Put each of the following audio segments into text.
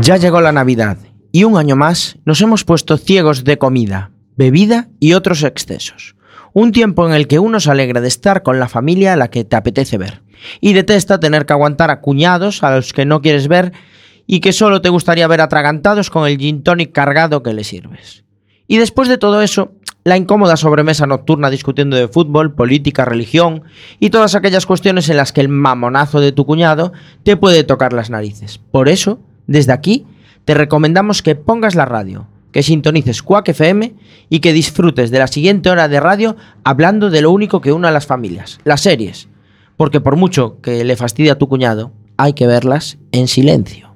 Ya llegó la Navidad y un año más nos hemos puesto ciegos de comida, bebida y otros excesos. Un tiempo en el que uno se alegra de estar con la familia a la que te apetece ver y detesta tener que aguantar a cuñados a los que no quieres ver y que solo te gustaría ver atragantados con el gin tonic cargado que le sirves. Y después de todo eso, la incómoda sobremesa nocturna discutiendo de fútbol, política, religión y todas aquellas cuestiones en las que el mamonazo de tu cuñado te puede tocar las narices. Por eso, desde aquí, te recomendamos que pongas la radio, que sintonices Quack FM y que disfrutes de la siguiente hora de radio hablando de lo único que une a las familias, las series. Porque por mucho que le fastidie a tu cuñado, hay que verlas en silencio.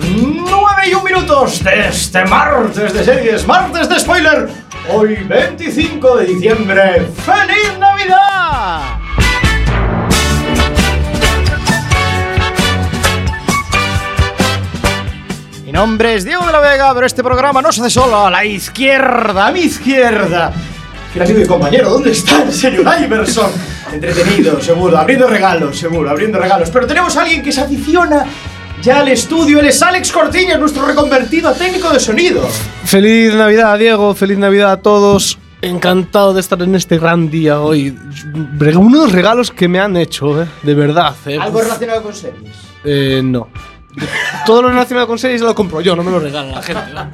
Nueve y un minutos de este martes de series, martes de spoiler. Hoy 25 de diciembre. ¡Feliz Navidad! Mi nombre es Diego de la Vega, pero este programa no se hace solo. A la izquierda, a mi izquierda. Mira, mi compañero, ¿dónde está el señor Iverson? Entretenido, seguro, abriendo regalos, seguro, abriendo regalos. Pero tenemos a alguien que se adiciona ya al estudio. Él es Alex Cortiñas, nuestro reconvertido a técnico de sonido. Feliz Navidad, Diego. Feliz Navidad a todos. Encantado de estar en este gran día hoy. Re- Unos regalos que me han hecho, eh, de verdad. eh. Algo relacionado con series. Eh, no. Todo lo relacionado con series lo compro yo, no me lo regalan la gente. ¿no?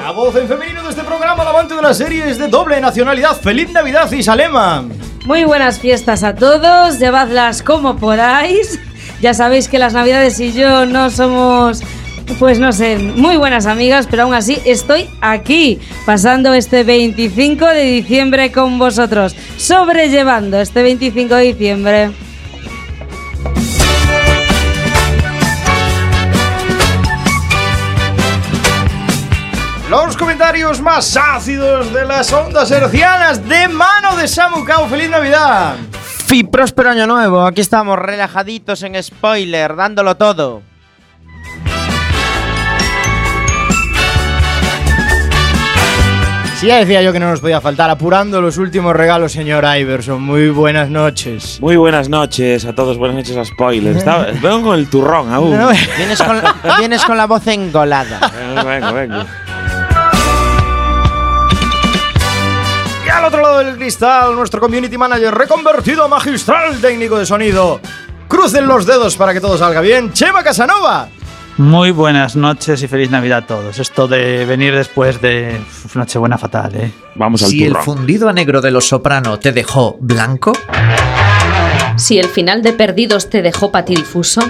La voz en femenino de este programa, el amante de las series de doble nacionalidad. ¡Feliz Navidad, Isalema! Muy buenas fiestas a todos, llevadlas como podáis. Ya sabéis que las Navidades y yo no somos, pues no sé, muy buenas amigas, pero aún así estoy aquí, pasando este 25 de diciembre con vosotros, sobrellevando este 25 de diciembre. Los comentarios más ácidos de las ondas hercianas de mano de Samu Kao. ¡Feliz Navidad! Fi próspero año nuevo, aquí estamos relajaditos en spoiler, dándolo todo. Sí, ya decía yo que no nos podía faltar. Apurando los últimos regalos, señor Iverson. Muy buenas noches. Muy buenas noches a todos, buenas noches a Spoiler. Estaba- vengo con el turrón aún. Vienes con la, vienes con la voz engolada. Vengo, vengo, vengo. Y al otro lado del cristal, nuestro community manager reconvertido a magistral técnico de sonido. Crucen los dedos para que todo salga bien. Chema Casanova. Muy buenas noches y feliz Navidad a todos. Esto de venir después de uf, Nochebuena fatal, ¿eh? Vamos al Si el turrón. fundido a negro de los soprano te dejó blanco, Si el final de Perdidos te dejó patidifuso,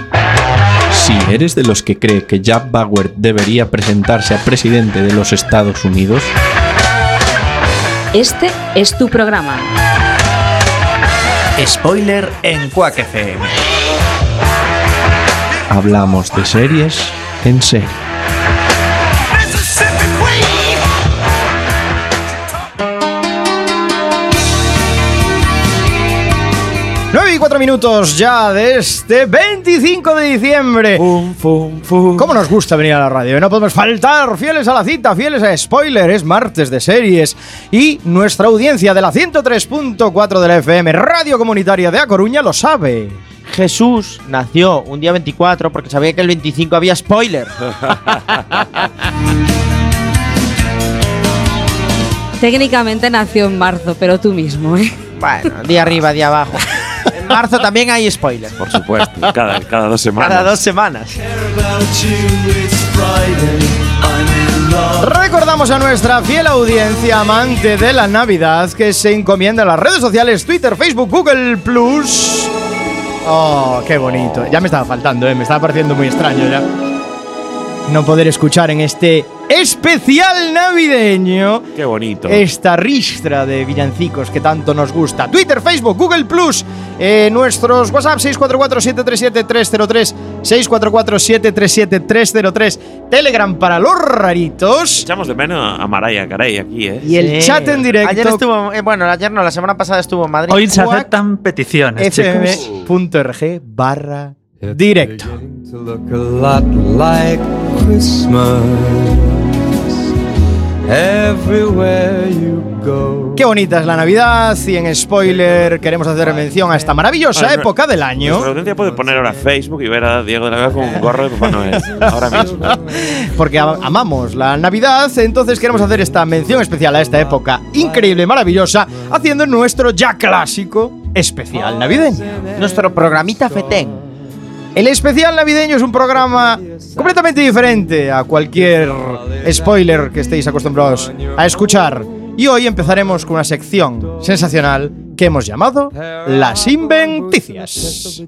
Si eres de los que cree que Jack Bauer debería presentarse a presidente de los Estados Unidos, este es tu programa. spoiler en Quack FM. hablamos de series en serio. Nueve y cuatro minutos ya de este 25 de diciembre. Fum, fum, fum. ¿Cómo nos gusta venir a la radio? No podemos faltar, fieles a la cita, fieles a spoiler, es martes de series. Y nuestra audiencia de la 103.4 de la FM, Radio Comunitaria de A Coruña, lo sabe. Jesús nació un día 24 porque sabía que el 25 había spoiler. Técnicamente nació en marzo, pero tú mismo, ¿eh? Bueno, día arriba, día abajo. En marzo también hay spoiler. Por supuesto, cada, cada dos semanas. Cada dos semanas. Recordamos a nuestra fiel audiencia amante de la Navidad que se encomienda a las redes sociales Twitter, Facebook, Google Plus. Oh, qué bonito. Ya me estaba faltando, ¿eh? me estaba pareciendo muy extraño ya. No poder escuchar en este especial navideño Qué bonito. esta ristra de villancicos que tanto nos gusta. Twitter, Facebook, Google Plus, eh, nuestros WhatsApp 644-737-303, 644-737-303, Telegram para los raritos Echamos de menos a Maraya Carey aquí, ¿eh? y el Sí. chat en directo. Ayer estuvo, eh, bueno, ayer no, la semana pasada estuvo en Madrid. Hoy se Cuac aceptan peticiones, chicos. fm.org barra Directo. Qué bonita es la Navidad y en spoiler queremos hacer mención a esta maravillosa Ahora, época del año. Nuestra audiencia puede poner ahora Facebook y ver a Diego de la Vega con un gorro de Papá Noel. Ahora mismo. porque a- amamos la Navidad, entonces queremos hacer esta mención especial a esta época increíble, maravillosa, haciendo nuestro ya clásico especial navideño. Nuestro programita FETEN. El especial navideño es un programa completamente diferente a cualquier spoiler que estéis acostumbrados a escuchar. Y hoy empezaremos con una sección sensacional que hemos llamado Las Inventicias.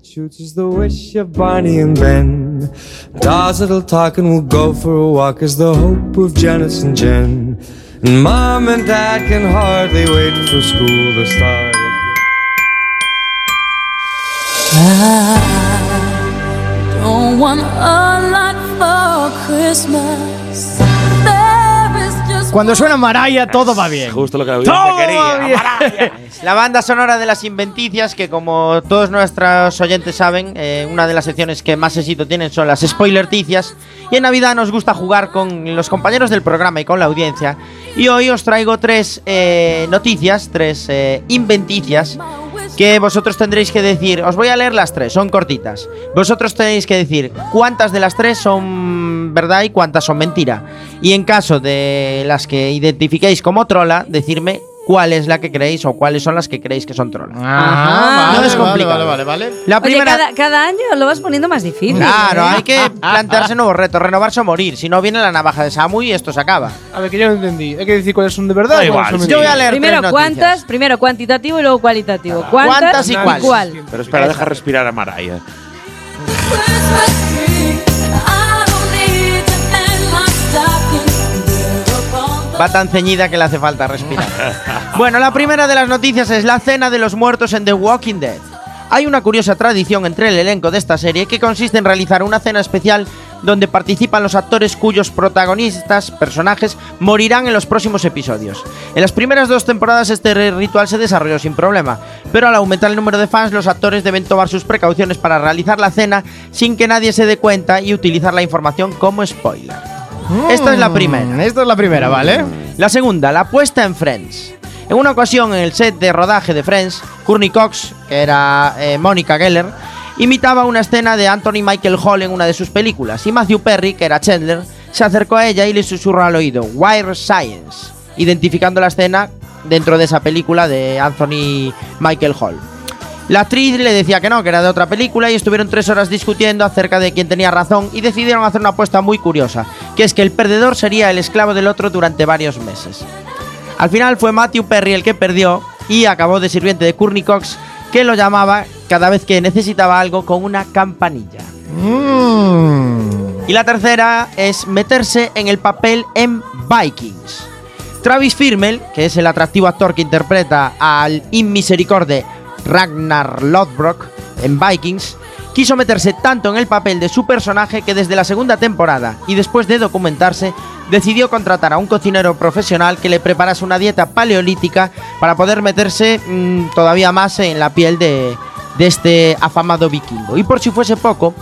Don't want a lot for Christmas. There is just Cuando suena Maraya todo va bien. Justo lo que la audiencia ¡Oh, Todo quería. bien. La banda sonora de las inventicias, que como todos nuestros oyentes saben, eh, una de las secciones que más éxito tienen son las spoilerticias. Y en Navidad nos gusta jugar con los compañeros del programa y con la audiencia. Y hoy os traigo tres eh, noticias, tres eh, inventicias my wish que vosotros tendréis que decir, os voy a leer las tres, son cortitas. Vosotros tenéis que decir cuántas de las tres son verdad y cuántas son mentira. Y en caso de las que identifiquéis como trola, decirme cuál es la que creéis o cuáles son las que creéis que son trola. Ah, no vale, es complicado. Vale, vale, vale. vale. La Oye, primera... cada, cada año lo vas poniendo más difícil. Claro, ¿eh? hay que plantearse nuevos retos, renovarse o morir. Si no viene la navaja de Samu y esto se acaba. A ver, que yo no entendí. Hay que decir cuáles son de verdad. Da y cuáles igual, son sí. Yo voy mentiras. a leer Primero tres noticias. cuántas, primero cuantitativo y luego cualitativo. ¿Cuántas, ¿Cuántas y cuál? cuál? Pero espera, deja respirar a Maraya. Christmas tree. I don't need to end my stocking. There upon the Va tan ceñida que le hace falta respirar. bueno, la primera de las noticias es la cena de los muertos en The Walking Dead. Hay una curiosa tradición entre el elenco de esta serie que consiste en realizar una cena especial donde participan los actores cuyos protagonistas, personajes, morirán en los próximos episodios. En las primeras dos temporadas este re- ritual se desarrolló sin problema, pero al aumentar el número de fans los actores deben tomar sus precauciones para realizar la cena sin que nadie se dé cuenta y utilizar la información como spoiler. Esta es la primera. Mm, Esta es la primera, ¿vale? La segunda, la puesta en Friends. En una ocasión en el set de rodaje de Friends, Courtney Cox, que era eh, Mónica Geller, imitaba una escena de Anthony Michael Hall en una de sus películas y Matthew Perry, que era Chandler, se acercó a ella y le susurró al oído Wire Science, identificando la escena dentro de esa película de Anthony Michael Hall. La actriz le decía que no, que era de otra película y estuvieron tres horas discutiendo acerca de quién tenía razón y decidieron hacer una apuesta muy curiosa, que es que el perdedor sería el esclavo del otro durante varios meses. Al final fue Matthew Perry el que perdió y acabó de sirviente de Courtney Cox, que lo llamaba cada vez que necesitaba algo con una campanilla. Y la tercera es meterse en el papel en Vikings. Travis Firmel, que es el atractivo actor que interpreta al inmisericorde Ragnar Lodbrok en Vikings, quiso meterse tanto en el papel de su personaje que desde la segunda temporada y después de documentarse, decidió contratar a un cocinero profesional que le preparase una dieta paleolítica para poder meterse mm, todavía más en la piel de, de este afamado vikingo. Y por si fuese poco,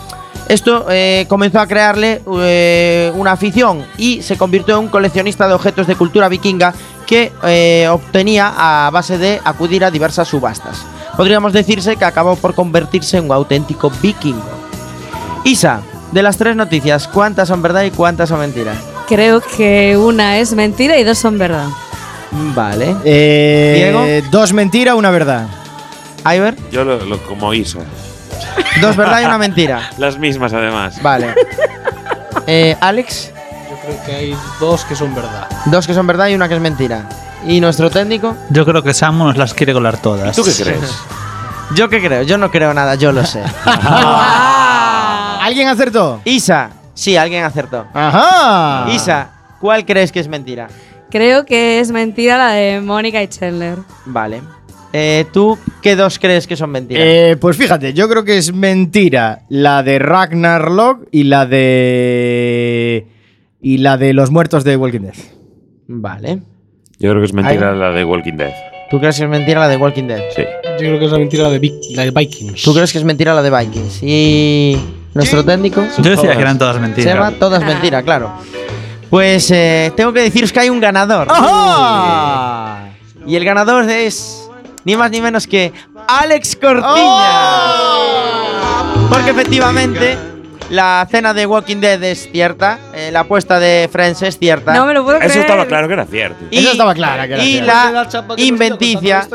esto eh, comenzó a crearle eh, una afición y se convirtió en un coleccionista de objetos de cultura vikinga que eh, obtenía a base de acudir a diversas subastas. Podríamos decirse que acabó por convertirse en un auténtico vikingo. Isa, de las tres noticias, ¿cuántas son verdad y cuántas son mentiras? Creo que una es mentira y dos son verdad. Vale. Eh, Dos mentiras, una verdad. Iver, Yo lo, lo- como Isa. dos verdad y una mentira. Las mismas, además. Vale. Eh, Alex, Yo creo que hay dos que son verdad. dos que son verdad y una que es mentira. ¿Y nuestro técnico? Yo creo que Samu nos las quiere colar todas. ¿Tú qué crees? Yo qué creo, yo no creo nada, yo lo sé. ¿Alguien acertó? Isa, sí, alguien acertó. Ajá. Isa, ¿cuál crees que es mentira? Creo que es mentira la de Mónica y Chandler. Vale. Eh, ¿Tú qué dos crees que son mentiras? Eh, pues fíjate, yo creo que es mentira la de Ragnar Lodbrok y la de. Y la de los muertos de Walking Dead. vale. Yo creo que es mentira la de Walking Dead. ¿Tú crees que es mentira la de Walking Dead? Sí. Yo creo que es la mentira de, Vic- la de Vikings. ¿Tú crees que es mentira la de Vikings? Y nuestro técnico. Yo decía que eran todas mentiras. Se llama Todas Mentiras, claro. Pues eh, tengo que deciros que hay un ganador. Y el ganador es ni más ni menos que Alex Cortiñas. ¡Oh! Porque efectivamente la cena de Walking Dead es cierta, eh, la apuesta de Friends es cierta. No me lo puedo creer. Eso estaba claro que era cierto. Y- Eso estaba clara que era y cierta. la inventicia,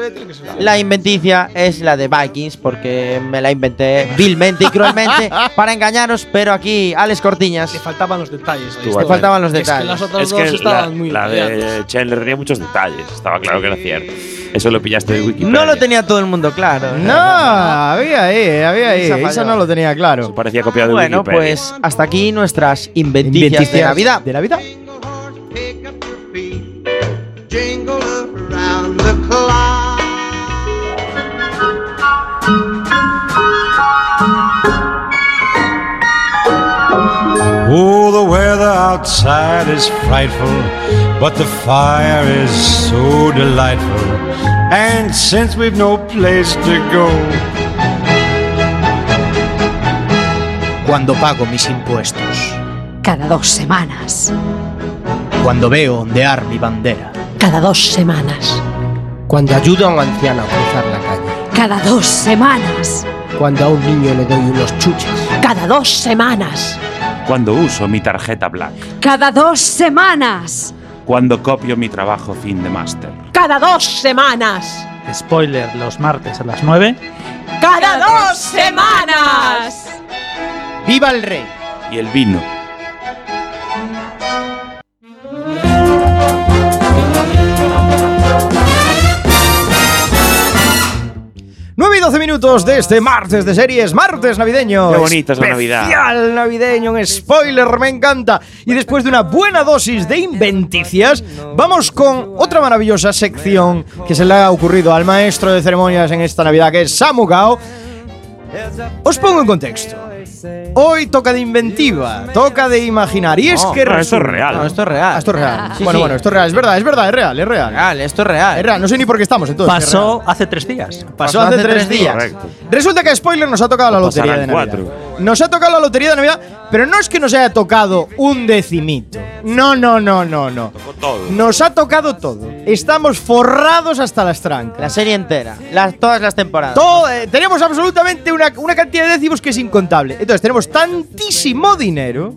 la inventicia es la de Vikings porque me la inventé vilmente y cruelmente para engañaros, pero aquí Alex Cortiñas Le faltaban los detalles. ahí Tú, está. le faltaban los Es que las detalles. otras es dos que la, estaban muy la calladas. de Chandler tenía muchos detalles. Estaba claro que era cierto. Eso lo pillaste de Wikipedia. No lo tenía todo el mundo claro. No, había ahí, eh, había ahí. Isa falló. Eso no lo tenía claro. Parecía copiado de Bueno, Wikipedia. pues hasta aquí nuestras inventicias, de Navidad. De Navidad. Oh, the weather outside is frightful, but the fire is so delightful. And since we've no place to go, Cuando pago mis impuestos, Cada dos semanas. cuando veo ondear mi bandera, Cada dos semanas. Cuando ayudo a un anciano a cruzar la calle. Cada dos semanas. Cuando a un niño le doy unos chuches. Cada dos semanas. Cuando uso mi tarjeta Black. Cada dos semanas. Cuando copio mi trabajo fin de máster. Cada dos semanas. Spoiler, los martes a las 9. Cada dos semanas. ¡Viva el rey! Y el vino. Nueve y 12 minutos de este martes de series, martes navideño. Ah, Qué bonita es la Navidad. Especial navideño, un spoiler, me encanta. Y después de una buena dosis de inventicias, vamos con otra maravillosa sección que se le ha ocurrido al maestro de ceremonias en esta Navidad, que es Samu Gao. Os pongo en contexto. Hoy toca de inventiva, toca de imaginar. Y es No, que. no, eso Oh, es resulta- real. No, esto es real. Ah, esto es real. Sí, bueno, sí. bueno, esto es real. Es verdad, es verdad, es real, es real. Real, esto es real. Es real. No sé ni por qué estamos entonces. es real. Pasó hace tres días. Pasó hace tres días. Correcto. Resulta que spoiler nos ha tocado la O pasarán lotería de Navidad. cuatro. Nos ha tocado la lotería de Navidad, pero no es que nos haya tocado un decimito. No, no, no, no, no. Todo. Nos ha tocado todo. Estamos forrados hasta las La trancas. serie entera, las, todas las temporadas. Todo, eh, tenemos absolutamente una, una cantidad de décimos que es incontable. Entonces tenemos tantísimo dinero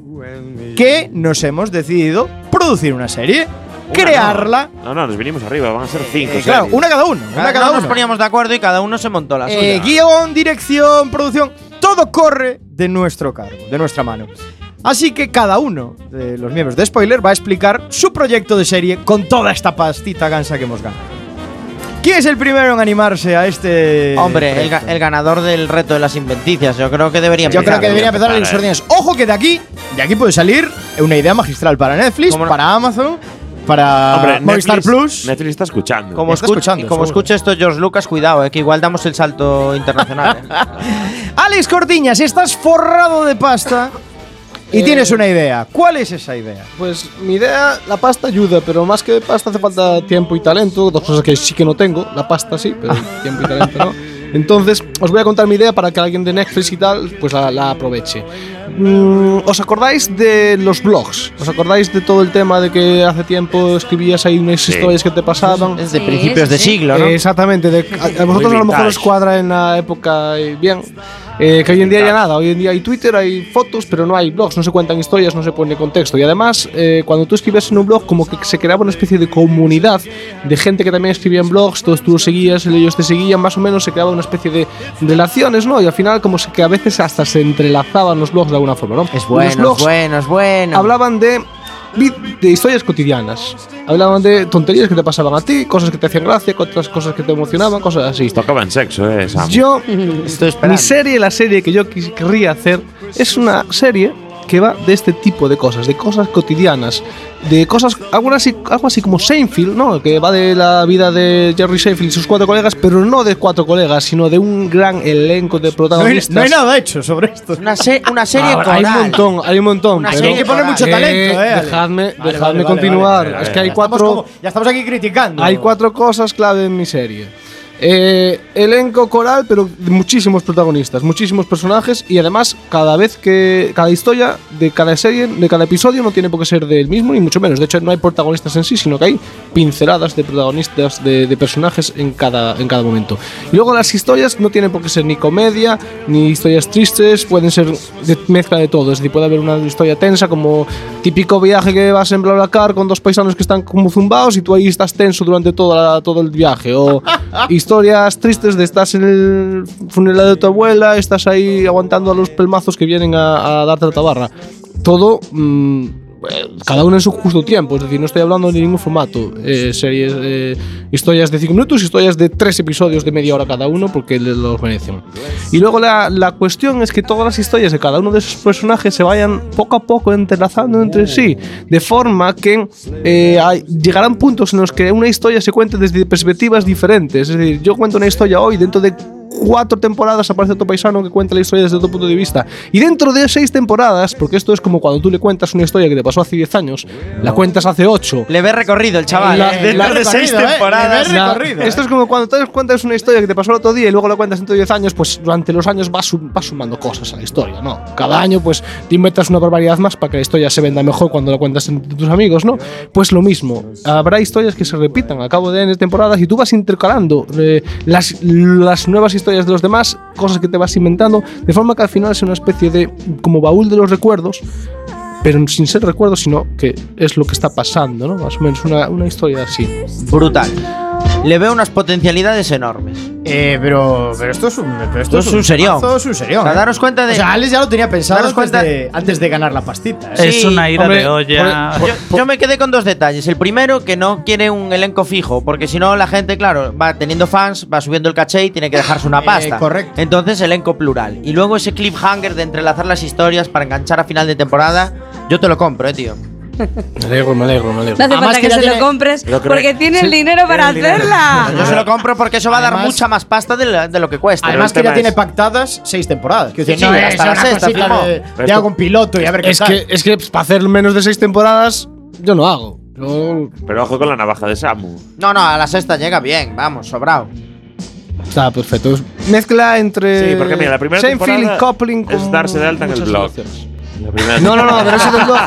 que nos hemos decidido producir una serie, crearla. No, no, nos vinimos arriba. Van a ser cinco. eh, claro, series. una cada uno. Una Cada cada uno uno. nos poníamos de acuerdo y cada uno se montó la suya. Eh, guión, dirección, producción, todo corre de nuestro cargo, de nuestra mano. Así que cada uno de los miembros de Spoiler va a explicar su proyecto de serie con toda esta pastita gansa que hemos ganado. ¿Quién es el primero en animarse a este. Hombre, el, ga- proyecto? el ganador del reto de las inventicias, yo creo que debería Yo creo empezar. que debería empezar Para en los él. órdenes. Ojo que de aquí, de aquí puede salir una idea magistral para Netflix, ¿Cómo no? para Amazon, para Hombre, Movistar Netflix- Plus. Netflix está escuchando. Como, Está escuch- escuchando, y como seguro. escuche esto George Lucas, cuidado, eh, que igual damos el salto internacional. eh. Alex Cortiñas, estás forrado de pasta y Eh, tienes una idea. ¿Cuál es esa idea? Pues mi idea, la pasta ayuda, pero más que pasta hace falta tiempo y talento, dos cosas que sí que no tengo, la pasta sí, pero tiempo y talento no. Entonces, os voy a contar mi idea para que alguien de Netflix y tal, pues la, la aproveche. Mm, ¿Os acordáis de los blogs? ¿Os acordáis de todo el tema de que hace tiempo escribías ahí unas Sí. historias que te pasaban? Es de Sí, principios sí, de sí. siglo, ¿no? Eh, exactamente. de- a, a vosotros a lo mejor vintage. os cuadra en la época eh, bien. eh, que hoy en día ya Vintage. nada, hoy en día hay Twitter, hay fotos, pero no hay blogs, no se cuentan historias, no se pone contexto. Y además, eh, cuando tú escribías en un blog, como que se creaba una especie de comunidad de gente que también escribía en blogs, todos tú los seguías, ellos te seguían, más o menos se creaba una especie de relaciones, ¿no? Y al final, como se- que a veces hasta se entrelazaban los blogs de alguna forma, ¿no? Y Es los bueno, es blogs bueno, es bueno. hablaban de vi- de historias cotidianas. Hablaban de tonterías que te pasaban a ti, cosas que te hacían gracia, otras cosas que te emocionaban, cosas así. Tocaban sexo, eh, Sam. Yo, Estoy mi esperando. serie, la serie que yo quis- querría hacer, es una serie que va de este tipo de cosas, de cosas cotidianas, de cosas, algo así, algo así como Seinfeld, ¿no? Que va de la vida de Jerry Seinfeld y sus cuatro colegas, pero no de cuatro colegas, sino de un gran elenco de No hay, protagonistas. no hay nada hecho sobre esto. Una, una Ah, Hay un montón, hay un montón. Una pero- serie que pone mucho Eh, talento, eh. Ale. Dejadme, Vale, vale, dejadme vale, continuar. vale, vale, es vale. que hay Ya estamos cuatro. como- ya estamos aquí criticando. Hay cuatro cosas clave en mi serie. Eh, elenco coral, pero de muchísimos protagonistas, muchísimos personajes y además cada vez que cada historia de cada serie, de cada episodio no tiene por qué ser del mismo ni mucho menos. De hecho, no hay protagonistas en sí, sino que hay pinceladas de protagonistas, de, de personajes en cada, en cada momento. Y luego las historias no tienen por qué ser ni comedia, ni historias tristes, pueden ser de mezcla de todo. Es decir, puede haber una historia tensa como típico viaje que vas en BlaBlaCar con dos paisanos que están como zumbados y tú ahí estás tenso durante toda la- todo el viaje. O historias tristes de estás en el funeral de tu abuela, estás ahí aguantando a los pelmazos que vienen a, a darte la tabarra. Todo... mm, eh, cada uno en su justo tiempo, es decir, no estoy hablando de ningún formato, eh, series, eh, historias de 5 minutos, historias de 3 episodios de media hora cada uno, porque les los merecen. Y luego la, la cuestión es que todas las historias de cada uno de esos personajes se vayan poco a poco entrelazando entre sí, de forma que eh, hay- llegarán puntos en los que una historia se cuente desde perspectivas diferentes, es decir, yo cuento una historia hoy dentro de cuatro temporadas aparece otro paisano que cuenta la historia desde otro punto de vista. Y dentro de seis temporadas, porque esto es como cuando tú le cuentas una historia que te pasó hace 10 años, la cuentas hace 8. Le ve recorrido el chaval. La- eh. Dentro la- de seis recorrido, eh. temporadas. Le ve La- recorrido, eh. esto es como cuando te cuentas una historia que te pasó el otro día y luego la cuentas dentro de 10 años, pues durante los años vas, sum- vas sumando cosas a la historia, ¿no? Cada año pues te inventas una barbaridad más para que la historia se venda mejor cuando la cuentas entre tus amigos, ¿no? Pues lo mismo, habrá historias que se repitan a cabo de N temporadas y tú vas intercalando eh, las, las nuevas historias de los demás, cosas que te vas inventando, de forma que al final es una especie de como baúl de los recuerdos pero sin ser recuerdo, sino que es lo que está pasando, ¿no? Más o menos una, una historia así. Brutal. Le veo unas potencialidades enormes. Eh, pero, pero esto es un, pero esto Esto es un serión. mazo, es un serión. O sea, eh. daros cuenta de- O sea, Alex ya lo tenía pensado Daros antes, cuenta- de, antes de ganar la pastita. Sí, eh. hombre, por- yo, yo me quedé con dos detalles. El primero, que no quiere un elenco fijo, porque si no, la gente, claro, va teniendo fans, va subiendo el caché y tiene que dejarse una Eh, pasta. correcto. Entonces, elenco plural. Y luego ese cliffhanger de entrelazar las historias para enganchar a final de temporada, yo te lo compro, eh, tío. Me alegro, me alegro, me alegro. No hace Además falta que que, ya se tiene- lo compres Lo creo- porque tiene sí, el dinero para hacerla. Yo se lo compro porque eso va a dar Ah, Además- mucha más pasta de, la- de lo que cuesta. Además que Pero ya el tiene Pues tema pactadas seis temporadas. Quiero decir, Sí, no, sí, es hasta una la sexta, cosita firmó. de- Pero Te esto- hago un piloto y a ver qué es tal. que, es que para hacer menos de seis temporadas, yo no hago. Yo- Pero ojo con la navaja de Samu. es- No, no, a la sexta llega bien, vamos, sobrado. Está perfecto. Es Mezcla entre. Sí, porque mira, la primera Seinfeld temporada y Coupling con es darse de alta en el muchas blog. relaciones. La primera No, no, no, pero eso del blog.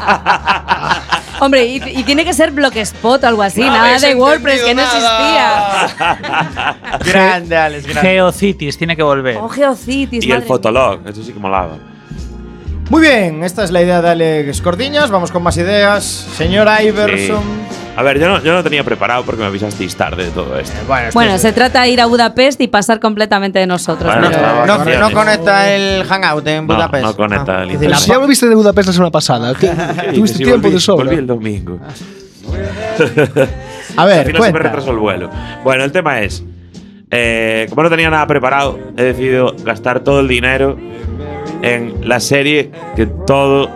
Hombre, y, y tiene que ser Blogspot o algo así, nada de WordPress, que no existía. grande, Alex, grande. Geocities tiene que volver. Oh, Geocities, Y el madre fotolog, eso sí que molaba. Muy bien, esta es la idea de Alex Cordiñas. Vamos con más ideas. Señora Iverson. Sí. A ver, yo no, yo no tenía preparado porque me avisasteis tarde de todo esto. Eh, Bueno, se trata de ir a Budapest y pasar completamente de nosotros. Bueno, ¿no? está de No, vacaciones. no conecta el hangout en No, Budapest. no Ah, conecta el Pero internet. si ya volviste de Budapest la semana pasada, que Sí, tuviste sí, tiempo volví- de sobra. Ah, Volví el domingo. A Al ver, final se me cuenta. retrasó el vuelo. Bueno, el tema es, eh, como no tenía nada preparado, he decidido gastar todo el dinero en la serie que todo,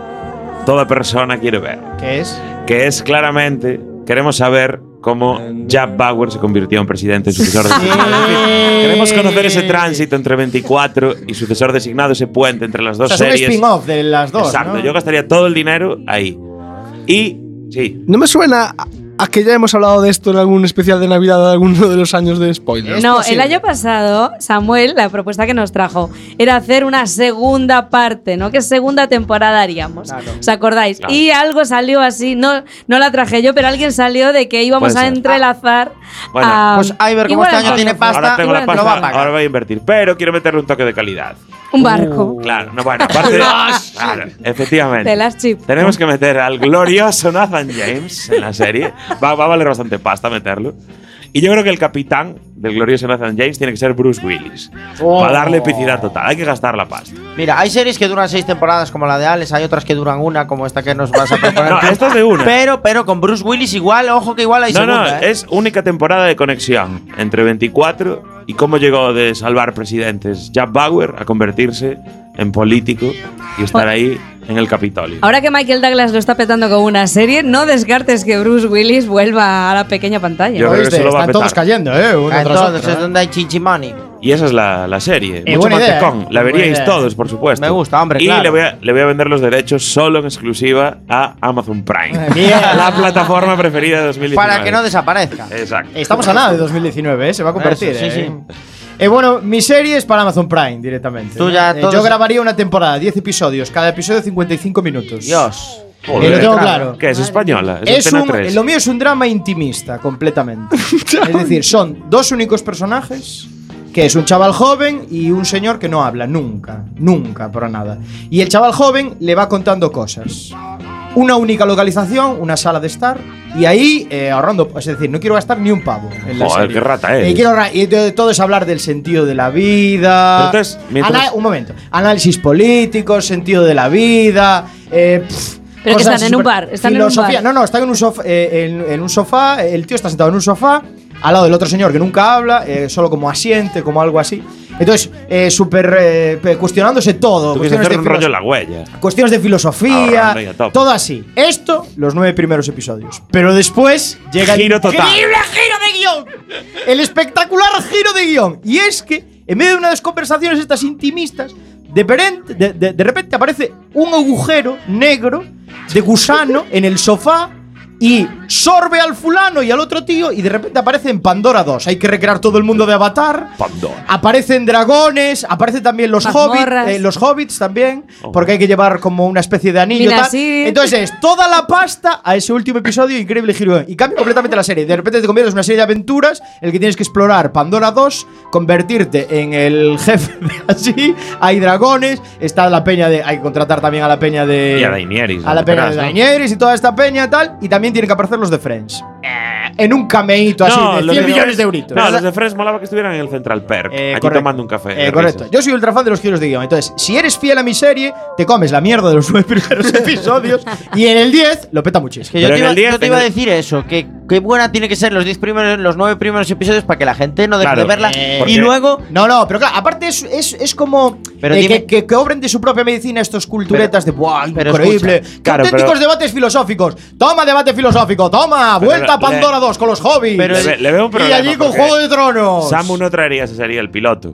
toda persona quiere ver, ¿Qué es? que es claramente, queremos saber cómo Jack Bauer se convirtió en presidente y sucesor designado. Queremos conocer ese tránsito entre 24 y sucesor designado, ese puente entre las O dos sea, es un series. spin-off de las dos. Exacto, ¿no? yo gastaría todo el dinero ahí. Y, sí, No me suena a, a que ya hemos hablado de esto en algún especial de Navidad de alguno de los años de spoilers. No, el año pasado, Samuel, la propuesta que nos trajo era hacer una segunda parte, ¿no? ¿Qué segunda temporada haríamos? ¿Os acordáis? Claro. Y algo salió así, no, no la traje yo, pero alguien salió de que íbamos Puede a ser. entrelazar. Bueno. a- Pues, Iber, como Igual este año Antonio tiene fue. pasta, ahora tengo igual la pasta, lo va a pagar. ahora voy a invertir. Pero quiero meterle un toque de calidad. Un barco Claro, no, bueno, aparte. claro, de efectivamente. las chips. Tenemos que meter al glorioso Nathan James en la serie. Va, va a valer bastante pasta meterlo. Y yo creo que el capitán del glorioso Nathan James tiene que ser Bruce Willis. Oh. Para darle epicidad total. Hay que gastar la pasta. Mira, hay series que duran seis temporadas como la de Alex, hay otras que duran una como esta que nos vas a proponer. No, tú. esta es de una. Pero, pero con Bruce Willis igual, ojo que igual hay No, segunda. no, ¿eh? es única temporada de conexión entre 24 y cómo llegó de salvar presidentes Jack Bauer a convertirse en político y estar ahí en el Capitolio. Ahora que Michael Douglas lo está petando con una serie, no descartes que Bruce Willis vuelva a la pequeña pantalla. Yo creo que se lo va a Están todos petar. cayendo, ¿eh? Uno Caen tras todos, otro, es ¿eh? donde hay chichimani. Y esa es la, la serie. Eh, Mucho buena idea, mantecón. ¿eh? La veríais Buena idea. todos, por supuesto. Me gusta, hombre, Y claro. le, voy a, le voy a vender los derechos solo en exclusiva a Amazon Prime. Bien. la plataforma preferida de 2019. Para que no desaparezca. Exacto. Estamos a nada de 2019, ¿eh? se va a convertir. Eso, sí, ¿eh? Eh, bueno, mi serie es para Amazon Prime directamente. Tú ya Eh, todos- Yo grabaría una temporada, 10 episodios, cada episodio 55 minutos. Dios. Eh, lo tengo claro. ¿Qué es española? Es, Es Antena un- 3. lo mío es un drama intimista, completamente. es decir, son dos únicos personajes, que es un chaval joven y un señor que no habla nunca, nunca, para nada. Y el chaval joven le va contando cosas. Una única localización, una sala de estar, y ahí eh, ahorrando, es decir, no quiero gastar ni un pavo en la Joder, serie. qué rata eres. Eh, quiero ahorrar- y de- todo es hablar del sentido de la vida. Pero entonces, mientras- Ana- un momento, análisis político, sentido de la vida. eh, pff, Pero que cosas están en un súper- bar, están en un filosofía. bar. No, no, están en un, sofá, eh, en, en un sofá. El tío está sentado en un sofá, al lado del otro señor que nunca habla, eh, solo como asiente, como algo así. Entonces, eh, súper eh, pe- cuestionándose todo. Tú quieres cuestiones hacer de un filos- rollo en la huella. Cuestiones de filosofía, Ahora, venga, top. todo así. Esto, los nueve primeros episodios. Pero después llega Giro el total. increíble giro de guión. El espectacular giro de guión. Y es que, en medio de unas conversaciones estas intimistas, de, peren- de- de- de repente aparece un agujero negro de gusano en el sofá y sorbe al fulano y al otro tío y de repente aparece en Pandora 2. Hay que recrear todo el mundo de Avatar. Pandora. Aparecen dragones, aparecen también los hobbits, Mazmorras. eh, los hobbits también, porque hay que llevar como una especie de anillo. Minas tal. Tirith. Entonces, toda la pasta a ese último episodio, increíble giro. Y cambia completamente la serie. De repente te conviertes en una serie de aventuras en el que tienes que explorar Pandora 2, convertirte en el jefe de así. Hay dragones, está la peña de. Hay que contratar también a la peña de. Y a Daenerys, Eh, A la ¿no? peña de Verás, ¿no? Daenerys y toda esta peña y tal. Y también tienen que aparecer los de Friends. Eh, En un cameíto así de 100 los millones de euritos. No, los de Fresh molaba que estuvieran en el Central Perk. aquí correcto. tomando un café. Eh, de correcto. risas. Yo soy ultra fan de los giros de guión. Entonces, si eres fiel a mi serie, te comes la mierda de los nueve primeros episodios y en el 10 lo peta muchísimo. Que yo te, iba, yo te iba a decir eso, que qué buena tiene que ser los 10 primeros, los 9 primeros episodios para que la gente no deje de verla. Eh, y luego, No, no, pero claro, aparte es, es, es como. Pero eh, dime- que, que- que obren de su propia medicina estos culturetas de. ¡Buah, pero increíble! escucha. ¡Qué Claro, auténticos pero- debates filosóficos! ¡Toma debate filosófico! ¡Toma! Pero ¡Vuelta a le- Pandora 2 con los hobbies! le, ve- le veo un Y problema. allí con porque Juego de Tronos. Samu no traería ese sería el piloto.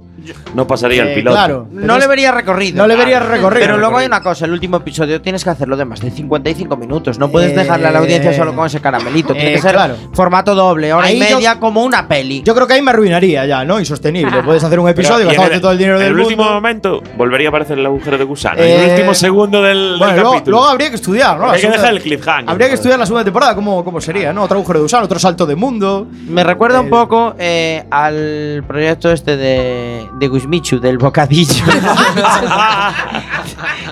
No pasaría el Eh, piloto. claro. no le vería recorrido. No le vería recorrido. Pero luego hay una cosa, el último episodio tienes que hacerlo de más de 55 minutos. No puedes dejarle a la audiencia solo con ese caramelito. Tiene Eh, que ser claro. formato doble, hora y Ahí yo- media, como una peli. Yo creo que ahí me arruinaría ya, ¿no? Insostenible. Puedes hacer un Pero- y episodio, en gastándote todo el dinero del En el mundo. último momento volvería a aparecer el agujero de gusano. en Eh, el último segundo del, del Bueno, luego, capítulo. luego habría que estudiar, ¿no? La Hay que segunda- dejar el cliffhanger. Habría que estudiar la segunda temporada, cómo, cómo sería, ¿no? Otro agujero de gusano, otro salto de mundo. Eh, Me recuerda un poco eh, al proyecto este de, de Guzmichu, del bocadillo.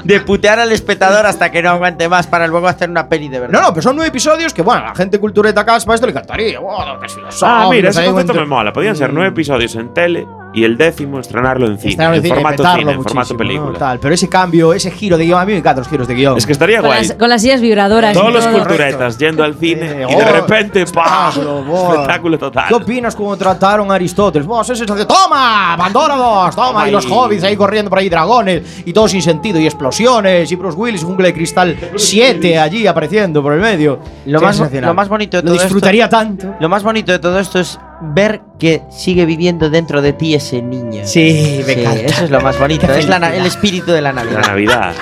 de putear al espectador hasta que no aguante más para luego hacer una peli de verdad. No, no, pero son nueve episodios que, bueno, a la gente cultureta caspa esto le encantaría. Wow, qué Ah, filosófico, mira, no sé, ese concepto un- me mola. Podían ser nueve episodios en tele y el décimo estrenarlo en cine. Estrenarlo Mm, en en cine, formato petarlo cine, en formato muchísimo, película. ¿no? Tal, pero ese cambio, ese giro de guión, a mí me encantan los giros de guión. Es que estaría Con guay. las, con las sillas vibradoras. y Todos los todo. culturetas yendo al cine y de oh, repente, ¡pam! espectáculo, boa. Espectáculo total. ¿Qué opinas cómo trataron a Aristóteles? Vos, ese sensación. ¡Toma! ¡Pandora 2! ¡Toma! Y los Ahí. hobbits ahí corriendo por ahí, dragones, y todo sin sentido, y explosiones, y Bruce Willis, jungla de cristal 7 allí apareciendo por el medio. Lo, Sí, más, sensacional. lo más bonito de Lo todo disfrutaría esto, tanto. Lo más bonito de todo esto es ver que sigue viviendo dentro de ti ese niño. Sí, me encanta. Eso es lo más bonito. Qué es la na- felicidad. el espíritu de la Navidad. La Navidad.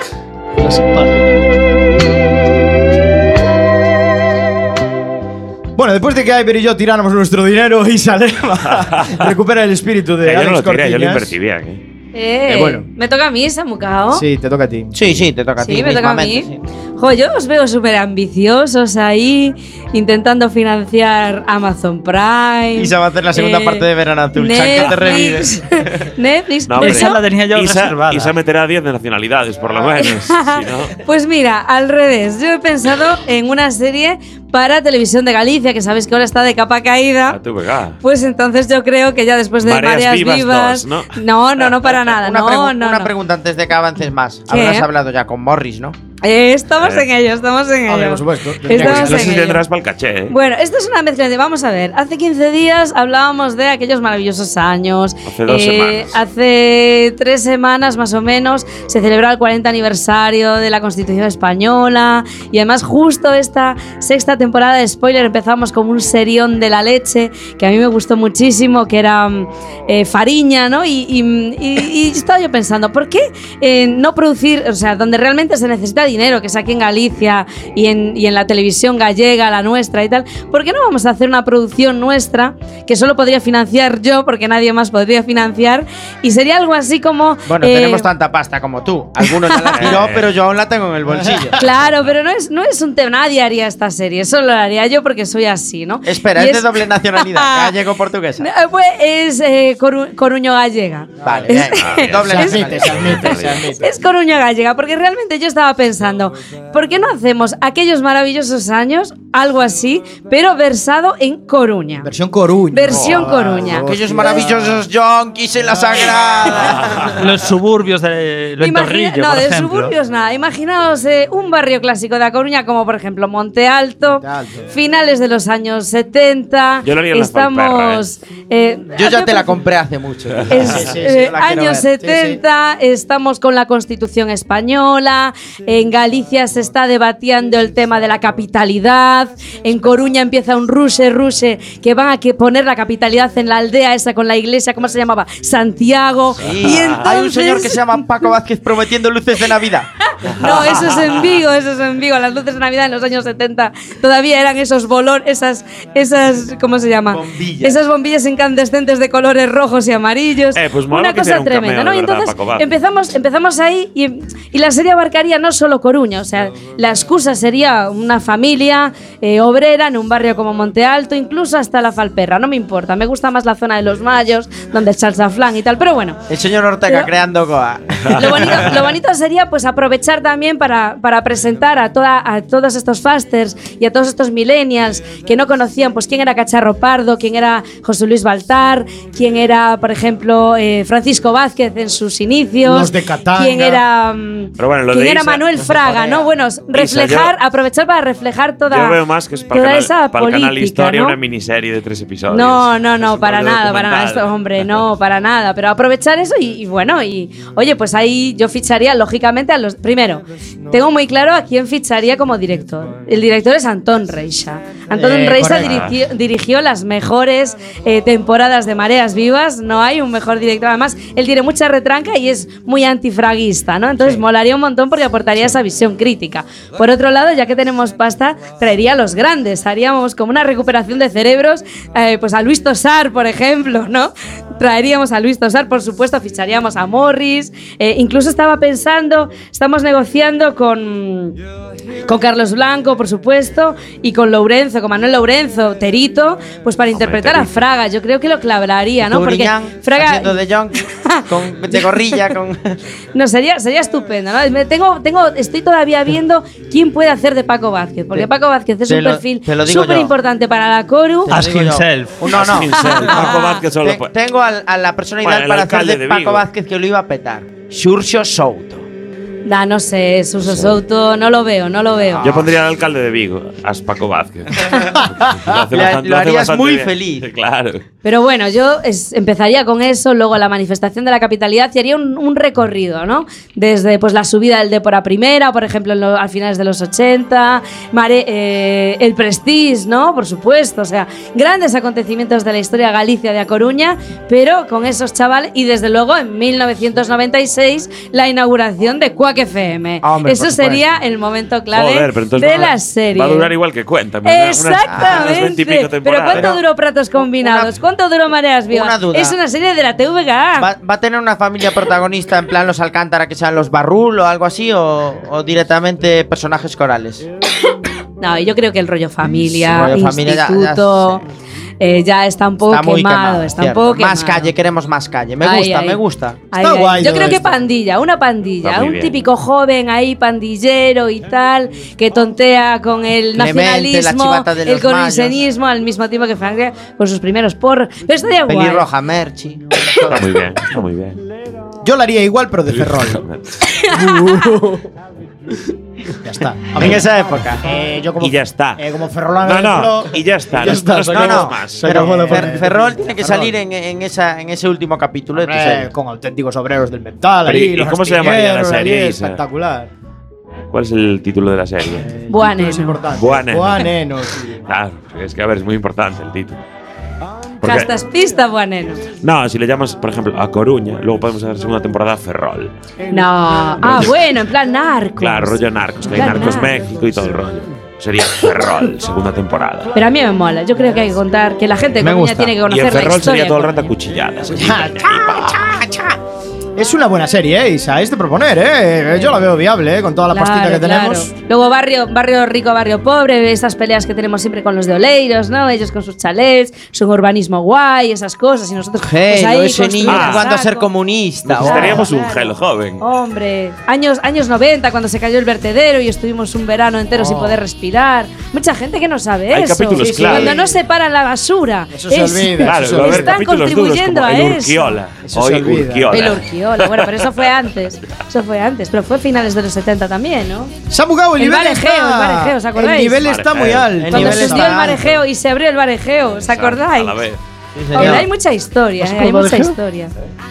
Bueno, después de que Iber y yo tiráramos nuestro dinero y Salema recupera el espíritu de Eh, yo Alex no lo tiré, yo lo Cortiñas. invertí bien. ¿eh? Eh, Eh, bueno. Me toca a mí esa, Mucao. Sí, te toca a ti. Sí, sí, te toca a ti. Sí, me toca a mí. mismamente, sí. Jo, yo os veo súper ambiciosos ahí, intentando financiar Amazon Prime. Y se va a hacer la segunda parte de Verano Azul. Chan, que te revives. Eh, Netflix. Netflix. No, Pues hombre. yo- Isa, Isa meterá 10 de nacionalidades, por lo menos. si no, Pues mira, al revés. Yo he pensado en una serie para televisión de Galicia, que sabéis que ahora está de capa caída. a tu pegada. Pues entonces yo creo que ya después de Mareas Mareas, Vivas Vivas. dos, ¿no? no, no, no, para nada. Una, Ah, no, pregu- no, una no. pregunta antes de que avances más. ¿Qué? Habrás hablado ya con Morris, ¿no? Eh, estamos en ello, estamos en A ver, ello. por pues supuesto. Estamos Pues no sé en si ello. tendrás para el caché. ¿eh? Bueno, esto es una mezcla de, vamos a ver, hace 15 días hablábamos de aquellos maravillosos años. Eh, Hace dos semanas. Hace tres semanas más o menos se celebró el 40 aniversario de la Constitución Española y además justo esta sexta temporada de Spoiler empezamos con un serión de la leche que a mí me gustó muchísimo, que era mm, eh, Fariña, ¿no? Y, y, y- y estaba yo pensando, ¿por qué eh, no producir, o sea, donde realmente se necesita dinero, que es aquí en Galicia y en, y en la televisión gallega, la nuestra y tal, ¿por qué no vamos a hacer una producción nuestra que solo podría financiar yo, porque nadie más podría financiar? Y sería algo así como... Bueno, eh, tenemos tanta pasta como tú. Algunos ya la tiró, pero yo aún la tengo en el bolsillo. Claro, pero no es, no es un tema, nadie haría esta serie, solo la haría yo porque soy así, ¿no? Espera, Y es de doble nacionalidad, gallego portuguesa. Eh, pues, es eh, Coru- Coruño Gallega. Vale, Es- bien. doble Se ¿eh? nacionalidad. admite, se admite. Es Coruña Gallega, porque realmente yo estaba pensando, ¿por qué no hacemos aquellos maravillosos años, algo así, pero versado en Coruña? Versión Coruña. Versión Oh, Coruña. Aquellos maravillosos yonkis en la sagrada. Los suburbios de Imagina- Lentorrillo, no, por de ejemplo. suburbios nada. Imaginaos eh, un barrio clásico de A Coruña, como por ejemplo Monte Alto, finales de los años 70. Yo lo haría en la Estamos. eh, Yo hace ya te la poco- compré hace mucho. Es, eh, años 70, estamos con la Constitución española, en Galicia se está debatiendo el tema de la capitalidad, en Coruña empieza un ruche, ruche, que van a que poner la capitalidad en la aldea esa con la iglesia, ¿cómo se llamaba? Santiago. Y entonces, Hay un señor que se llama Paco Vázquez prometiendo luces de Navidad. no, eso es en Vigo, eso es en Vigo. Las luces de Navidad en los años 70 todavía eran esos bolón, esas, esas, ¿cómo se llama? Bombillas. Esas bombillas incandescentes de colores rojos y amarillos. Eh, pues mola Una que cosa hiciera un cameo, tremenda, de ¿no? Y verdad, entonces Paco Vázquez. empezamos, empezamos ahí y, y la serie abarcaría no solo Coruña, o sea, la excusa sería una familia eh, obrera en un barrio como Monte Alto, incluso hasta la Falperra, no me importa, me gusta más la zona de los Mayos, donde el salsa flan y tal, pero bueno. El señor Ortega creando Goa. Lo bonito, lo bonito sería pues aprovechar también para, para presentar a, toda, a todos estos fasters y a todos estos millennials que no conocían pues quién era Cacharro Pardo, quién era José Luis Baltar, quién era, por ejemplo, eh, Francisco Vázquez en sus inicios, Los de Catanga. quién era, mm, Pero bueno, lo quién de era Isa- Manuel Fraga, ¿no? Bueno, reflejar, aprovechar para reflejar toda, Yo veo más que es para, toda el esa canal, para el canal política, Historia ¿no? una miniserie de tres episodios. No, no, no, para rollo nada, para nada. documental. Esto, hombre, no, para nada. Pero aprovechar eso y, y bueno, y oye, pues ahí yo ficharía, lógicamente, a los. Primero, tengo muy claro a quién ficharía como director. El director es Antón Reixa. Antón Eh, Reixa correcto. dirigió, dirigió las mejores eh, temporadas de Mareas Vivas. No hay un mejor director. Además, él tiene mucha retranca y es muy antifraguista, ¿no? Entonces, molaría un montón porque aportaría esa visión crítica. Por otro lado, ya que tenemos pasta, traería a los grandes. Haríamos como una recuperación de cerebros, eh, pues a Luis Tosar, por ejemplo, ¿no? Traeríamos a Luis Tosar, por supuesto, ficharíamos a Morris. Eh, incluso estaba pensando, estamos negociando con con Carlos Blanco, por supuesto, y con Lourenzo, con Manuel Lourenzo, Terito, pues para interpretar a Terito. Fraga. Yo creo que lo clavaría, Ah, ¿no? Porque Coruñán, haciendo Fraga de yonki, con, de gorrilla, con... no sería sería estupendo, ¿no? Me Tengo tengo estoy todavía viendo quién puede hacer de Paco Vázquez, porque Te- Paco Vázquez es te un lo- perfil te lo digo yo. súper importante para la Coru. Te lo digo yo. No, no. As himself. Paco Vázquez solo Te- puede- Tengo al- a, la personalidad Bueno, el para hacer alcalde de, de Paco Vigo. Vázquez que lo iba a petar. Xurxo Souto. Da, no sé, Suso Souto, no lo veo, no lo veo. Yo pondría al alcalde de Vigo, a Paco Vázquez. lo, hace Le- bastante- lo hace harías bastante muy bien. feliz. Claro. Pero bueno, yo es- empezaría con eso, luego la manifestación de la capitalidad y haría un, un recorrido, ¿no? Desde pues la subida del Depor a primera, por ejemplo, en lo- a finales de los 80, Mare- eh, el Prestige, ¿no? Por supuesto, o sea, grandes acontecimientos de la historia Galicia de A Coruña, pero con esos chavales y desde luego en 1996 la inauguración de Quack FM. Ah, Hombre, eso por supuesto. sería el momento clave Joder, pero entonces de va a- la serie. Va a durar igual que cuenta. Exactamente. Pero ¿cuánto duró Pratos Combinados? ¿Cuánto duró Mareas Vivas? una duda. Es una serie de la TVGA. ¿Va, va a tener una familia protagonista en plan los Alcántara que sean los Barrul o algo así o, o directamente personajes corales? No, yo creo que el rollo familia, Sí, rollo familia ya- ya instituto, eh, ya está un poco Está muy quemado. quemado, está un cierto. poco Más quemado. calle, queremos más calle. Me Ay, gusta, ay. me gusta. Ay, ay, Yo creo que pandilla, una Está pandilla, muy un bien. típico joven ahí pandillero y tal, que tontea con Clemente, el la nacionalismo, chivata de el los mayos. colinsenismo, al mismo tiempo que Francia con sus primeros porros. Pero estaría guay. Pelirroja, Merchi. Está muy bien, está muy bien. Yo lo haría igual, pero de Ferrol. Ya está. En esa época. Eh, yo como, Y ya está. eh, como Ferrol la No, no, mezcló- y ya está. Y ya está, no se no, acabó. no, más. Se acabó la Fer- eh, Ferrol tiene que salir en, en esa, en ese último capítulo. Hombre, con auténticos obreros del metal. Pero, ¿y cómo se llamaría la serie? Isa? espectacular. ¿Cuál es el título de la serie? Buanes. Buaneno. Buaneno, sí. Claro, es que a ver, es muy importante el título. Porque- Castas pista, Buaneno. no, si le llamas, por ejemplo, a Coruña, luego podemos hacer segunda temporada a Ferrol. No. Ah, bueno, en plan narco. Claro, rollo Narcos, que hay Claro, Narcos Narcos. México y todo el rollo. Sería Ferrol, segunda temporada. Pero a mí me mola. Yo creo que hay que contar que la gente de Coruña tiene que y conocer en la Ferrol historia. sería todo el rato a cuchilladas. Es una buena serie, ¿eh, Isa, es de proponer, ¿eh? Yo la veo viable, ¿eh? Con toda la Claro, pastita que claro. tenemos. Luego barrio, barrio rico, barrio pobre, esas peleas que tenemos siempre con los de Oleiros, ¿no? Ellos con sus chalets, su urbanismo guay, esas cosas. Y nosotros pues, Hey, ahí ese niño construyendo jugando a saco. ser comunista. Necesitaríamos un gel joven. Hombre, años, años 90 cuando se cayó el vertedero y estuvimos un verano entero sin poder respirar. Mucha gente que no sabe Oh. Hay eso. capítulos Sí, sí. clave. Cuando no separan la basura. Eso se olvida, Claro, eso se va a haber están capítulos duros contribuyendo como a el eso. Urquiola. Eso se Hoy olvida. Urquiola. El Urquiola. Bueno, pero eso fue antes. Eso fue antes, pero fue finales de los 70 también, ¿no? Se ha bugado el, el nivel. marejeo, está- el marejeo, ¿os acordáis? El nivel está muy Marejeo. alto. Cuando se hundió el marejeo y se abrió el marejeo, ¿os acordáis? A la vez. Hombre, hay mucha historia, ¿Os eh, hay acordáis mucha de eso? historia.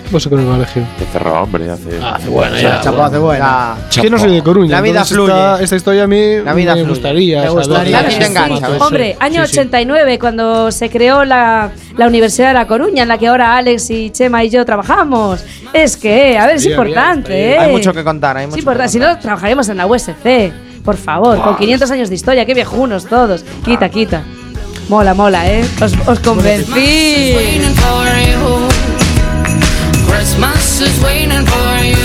No sé con el colegio. De Ferrol, hombre, hace. hace buena o sea, ya, Chapo hace buena. Es que no soy de Coruña. La vida entonces fluye. Esta, esta historia a mí La vida me fluye. gustaría. Te saber. gustaría. Claro, sí, sí. Sí. Hombre, año 89, cuando se creó la, la Universidad de La Coruña, en la que ahora Alex y Chema y yo trabajamos. Es que, a ver, es Estaría bien, importante, estaría bien. ¿eh? Hay mucho que contar, hay Es mucho que importante, si no, trabajaremos en la USC. Por favor, con 500 años de historia, qué viejunos todos. Quita, quita. Mola, mola, ¿eh? Os, os convencí. Pues waiting for you. Christmas is waiting for you.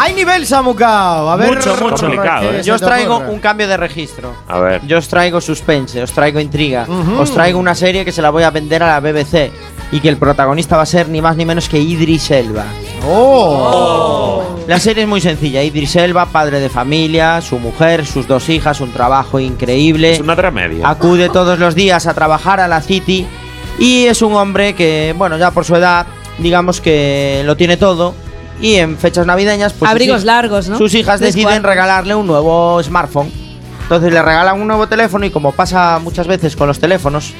Hay nivel, Samucao. A ver, Mucho, mucho. Complicado, ¿eh? Yo os traigo un cambio de registro. A ver. Yo os traigo suspense, os traigo intriga, Ujú. os traigo una serie que se la voy a vender a la BBC y que el protagonista va a ser ni más ni menos que Idris Elba. Oh, La serie es muy sencilla. Idris Elba, padre de familia, su mujer, sus dos hijas, un trabajo increíble. Es una tramedia. Acude todos los días a trabajar a la City y es un hombre que, bueno, ya por su edad, digamos que lo tiene todo. Y en fechas navideñas, pues. sus Abrigos hij- largos, ¿no? Sus hijas Tres deciden cuartos. regalarle un nuevo smartphone. Entonces le regalan un nuevo teléfono y, como pasa muchas veces con los teléfonos,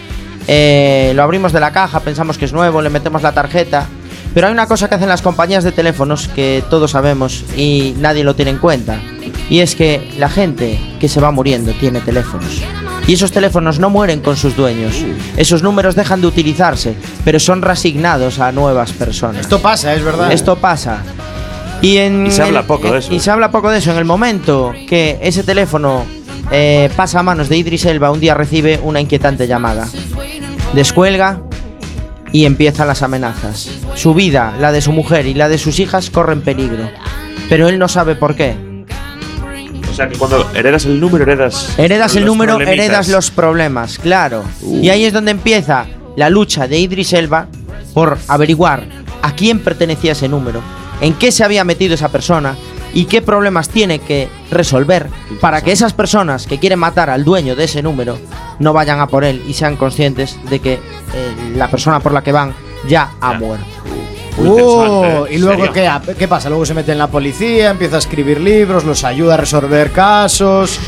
eh, lo abrimos de la caja, pensamos que es nuevo, le metemos la tarjeta. Pero hay una cosa que hacen las compañías de teléfonos que todos sabemos y nadie lo tiene en cuenta. Y es que la gente que se va muriendo tiene teléfonos. Y esos teléfonos no mueren con sus dueños. Esos números dejan de utilizarse, pero son reasignados a nuevas personas. Esto pasa, es verdad. Esto pasa. Y, en Y se habla el- eh, poco de eso. Y se habla poco de eso. En el momento que ese teléfono eh, pasa a manos de Idris Elba, un día recibe una inquietante llamada. Descuelga y empiezan las amenazas. Su vida, la de su mujer y la de sus hijas corren peligro. Pero él no sabe por qué. O sea, que cuando heredas el número, heredas. Heredas el los número, problemitas. heredas los problemas, claro. Y ahí es donde empieza la lucha de Idris Elba por averiguar a quién pertenecía ese número, en qué se había metido esa persona y qué problemas tiene que resolver para que esas personas que quieren matar al dueño de ese número no vayan a por él y sean conscientes de que eh, la persona por la que van ya ha muerto. Muy Oh, interesante, y luego serio. ¿qué, ha- qué pasa? Luego se mete en la policía, empieza a escribir libros, los ayuda a resolver casos.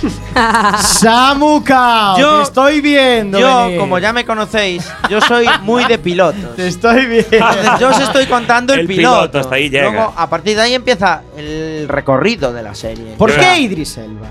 Samucao, Yo- te estoy viendo. Yo, venir. como ya me conocéis, yo soy muy de pilotos. te estoy viendo. Entonces, yo os estoy contando el, El piloto, hasta ahí llega. Luego, a partir de ahí empieza el recorrido de la serie. ¿Por Yo qué era- Idris Elba?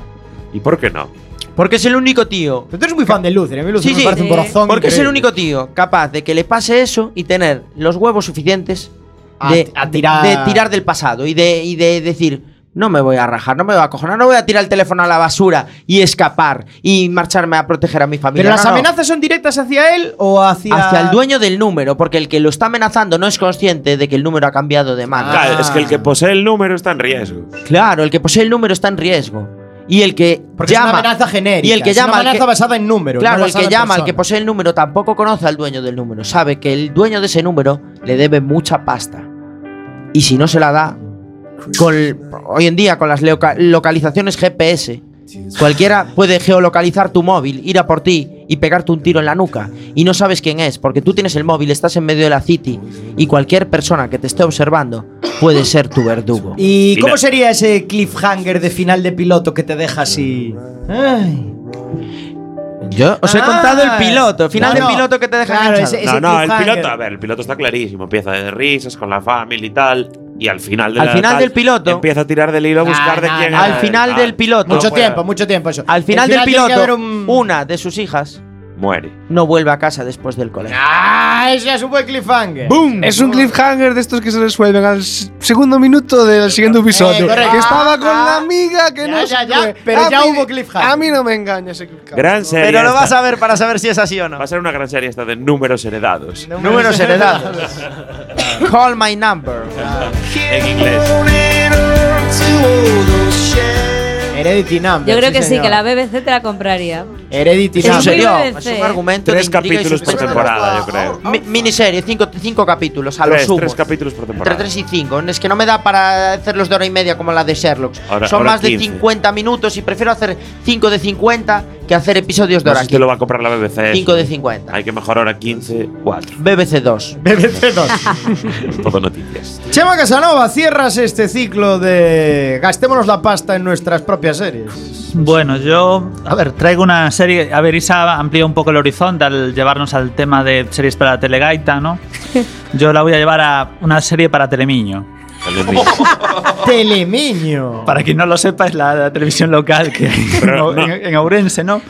¿Y por qué no? Porque es el único tío. Pero tú eres muy fan de Luther, a mí Luther Sí, me sí. parece un corazón. Porque es el único tío capaz de que le pase eso y tener los huevos suficientes A- de, a tirar- de tirar del pasado y de, y de decir. No me voy a rajar, no me voy a cojonar, no voy a tirar el teléfono a la basura y escapar y marcharme a proteger a mi familia. ¿Pero las No, no. amenazas son directas hacia él o hacia. hacia el dueño del número, porque el que lo está amenazando no es consciente de que el número ha cambiado de mano. Ah, Claro, es que el que posee el número está en riesgo. Claro, el que posee el número está en riesgo. Y el que Porque llama. es una amenaza genérica. Y el que es llama. Una al que- amenaza basada en números. claro, no el basada que en llama, el que personas. posee el número, tampoco conoce al dueño del número. Sabe que el dueño de ese número le debe mucha pasta. Y si no se la da, con, hoy en día con las leoca- localizaciones GPS, cualquiera puede geolocalizar tu móvil, ir a por ti y pegarte un tiro en la nuca y no sabes quién es, porque tú tienes el móvil, estás en medio de la city y cualquier persona que te esté observando puede ser tu verdugo. ¿Y cómo sería ese cliffhanger de final de piloto que te deja así? Ay. Yo os he Ah, contado el piloto, final claro. de piloto que te deja Claro, enganchado. no, no, el piloto, a ver, el piloto está clarísimo. Empieza de risas con la familia y tal. Y al final, de Al la final tal, del piloto- Empieza a tirar del hilo a buscar de quién Al era final el del tal. piloto. No puede- mucho tiempo eso. Al final, El del final tiene que piloto, haber una de sus hijas Muere. no vuelve a casa después del colegio. ¡Ah! Ese es un buen cliffhanger. ¡Boom! Es un cliffhanger de estos que se resuelven al s- segundo minuto del siguiente episodio. Eh, correcto. que estaba con Ah, la amiga que ya, no ya, se ya, fue. pero A ya mí- hubo cliffhanger. A mí no me engaña ese cliffhanger. Gran serie. Pero lo esta. vas a ver para saber si es así o no. Va a ser una gran serie esta de números heredados. Números heredados. Call my number. en inglés. Heredity Number. Yo creo que sí, señor. que la BBC te la compraría. Heredity Es Number. muy Serio, BBC. es un argumento Tres de intriga y capítulos por suspense. temporada, yo creo. Mi- miniserie, cinco, cinco capítulos, a lo Tres, sumo. tres capítulos por Entre temporada. 3 y 5. Es que no me da para hacerlos de hora y media como la de Sherlock. Ahora- Son ahora más 15. de 50 minutos y prefiero hacer 5 de 50 que hacer episodios de No hora. sé si te lo va a comprar la BBC. 5 de 50. Hay que mejorar a 15, 4. BBC 2. BBC 2. Todo noticias. Chema Casanova, cierras este ciclo de gastémonos la pasta en nuestras propias series. Bueno, yo, a ver, traigo una serie. A ver, Isa amplía un poco el horizonte al llevarnos al tema de series para la telegaita, ¿no? Yo la voy a llevar a una serie para Telemiño. Telemiño. Para quien no lo sepa, es la, la televisión local que hay en, Pero no. en, en Ourense, ¿no?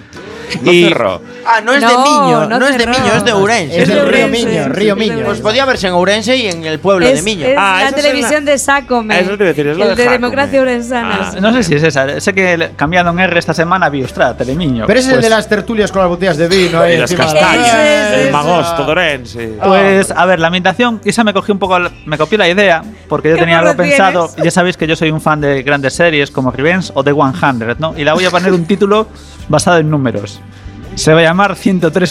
No cerró. Ah, no es de No, Miño, no no, es de cerró. Miño, es de Ourense. Es de Río Miño, Río Miño. Pues podía verse en Ourense y en el pueblo de Es, Miño. es Ah, la esa es Ah, televisión de Sácome. Eso te iba a decir, es la el de de, Sácome. Democracia Urensana. Ah. No sé si es esa. Sé que le- cambiaron R esta semana, vi, ostras, Telemiño. Pero ese es el Pues- de las tertulias con las botellas de vino. ahí Y las encima de la castañas. mesa. El magosto dorense. Pues, a ver, la ambientación, Isa me cogió un poco, la- me copió la idea, porque yo ¿Qué tenía algo morro pensado. tienes? Ya sabéis que yo soy un fan de grandes series como Revenge o The 100, ¿no? Y la voy a poner un título basado en números. Se va a llamar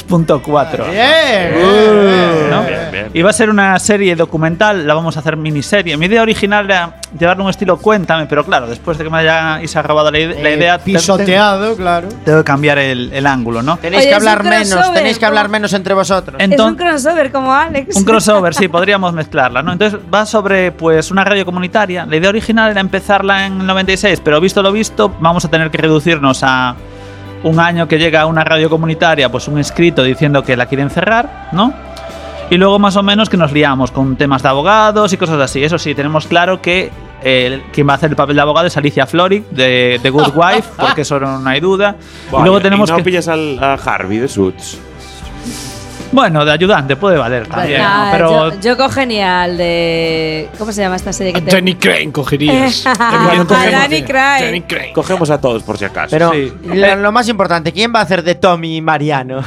103.4. Bien, ¿no? Bien, bien. Y va a ser una serie documental, la vamos a hacer miniserie. Mi idea original era llevarle un estilo cuéntame, pero claro, después de que me haya Isa grabado la, ide- la Eh, idea, te- te- pisoteado, claro. tengo que cambiar el, el ángulo, ¿no? Tenéis que Oye, es hablar un menos, crossover, tenéis que hablar ¿no? menos entre vosotros. Es un Entonces- crossover como Alex. Un crossover, sí, podríamos mezclarla, ¿no? Entonces va sobre pues una radio comunitaria. La idea original era empezarla en el 96, pero visto lo visto, vamos a tener que reducirnos a un año que llega a una radio comunitaria, pues un escrito diciendo que la quieren cerrar, ¿no? Y luego más o menos que nos liamos con temas de abogados y cosas así. Eso sí, tenemos claro que eh, quien va a hacer el papel de abogado es Alicia Floric de The Good Wife, porque eso no hay duda. Vaya, y luego tenemos no que... pillas al, a Harvey de Suits. Bueno, de ayudante puede valer también, Nah, ¿no? pero Ah, yo, yo cogería al de. ¿Cómo se llama esta serie que te- Jenny Crane cogerías. a Danny Jenny Craig. Crane. Cogemos a todos por si acaso. Pero Sí. Eh. lo, lo más importante, ¿quién va a hacer de Tommy y Mariano?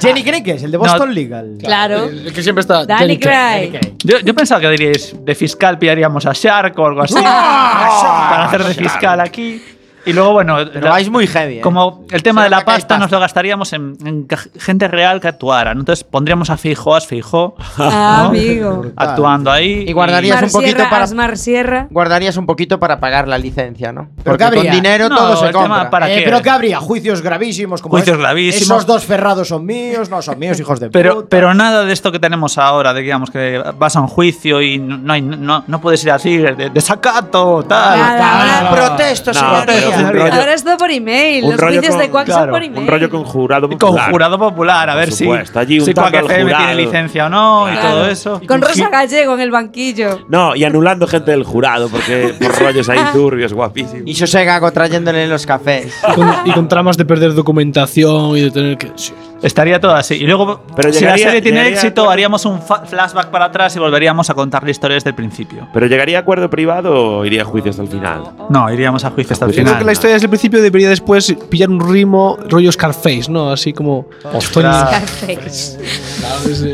Jenny Craig es el de Boston Legal. Claro. El que siempre está. Danny Jenny Crane. Craig. Yo, yo pensaba que diríais de fiscal pillaríamos a Shark o algo así. ¡Ah! para hacer de fiscal aquí. Y luego, bueno, Pero la- vais muy heavy. ¿eh? como el tema Se de la nota que hay pasta nos lo gastaríamos en, en ca- gente real que actuara. ¿no? Entonces pondríamos a Fijo, a Fijo Ah, ¿no? amigo. actuando ahí. Y guardarías- Mar un poquito Sierra, para- Asmar Sierra. Guardarías un poquito para pagar la licencia, ¿no? Pero Porque con cabría. dinero No, todo se el tema compra. para- Eh, qué? pero que habría juicios gravísimos como Juicios es- gravísimos. Esos dos ferrados son míos, no son míos, hijos de Pero, puta. pero nada de esto que tenemos ahora, de que, digamos que vas a un juicio y no, no hay- no- no puedes ir así, de, de sacato, Ah, tal. Nada, cabrón, nada. pero- Protesto, No, señoría. pero es un rollo- Ahora es todo por email. un Los rollo juicios con- de Quack son claro, por email. Un rollo con jurado Con popular. jurado popular, a Por ver si, supuesto, allí si untando Quack al FM tiene jurado. licencia o no y todo eso. Con Rosa Gallego en el banquillo. No, y anulando gente del jurado porque por rollos ahí turbios, guapísimos. Y José Gago trayéndole los cafés. Y con, y con tramas de perder documentación y de tener que. sí. Estaría todo así. Y luego, Pero si llegaría- la serie tiene llegaría- éxito, haríamos un fa- flashback para atrás y volveríamos a contar la historia desde el principio. ¿Pero llegaría a acuerdo privado o iría a juicio hasta el final? No, iríamos a juicio hasta el Pues Yo Yo creo que final. la historia desde el principio debería después pillar un ritmo rollo Scarface, ¿no? Así como. Ostras. Pues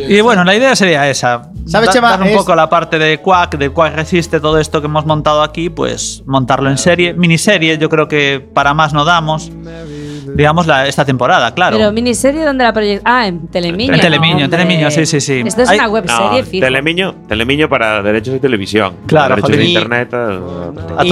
Y bueno, la idea sería esa. ¿Sabes, Chema? Dar un Es- poco la parte de Quack, de Quack resiste todo esto que hemos montado aquí, pues montarlo en serie. Miniserie, yo creo que para más no damos. digamos, la- esta temporada, claro. Pero miniserie, ¿dónde la proyectan? Ah, en Telemiño. en Telemiño, en hombre. Telemiño, sí, sí, sí. Esto es una webserie fija. Telemiño, Telemiño para derechos de televisión. Claro, para derechos de Javi. internet. A, Y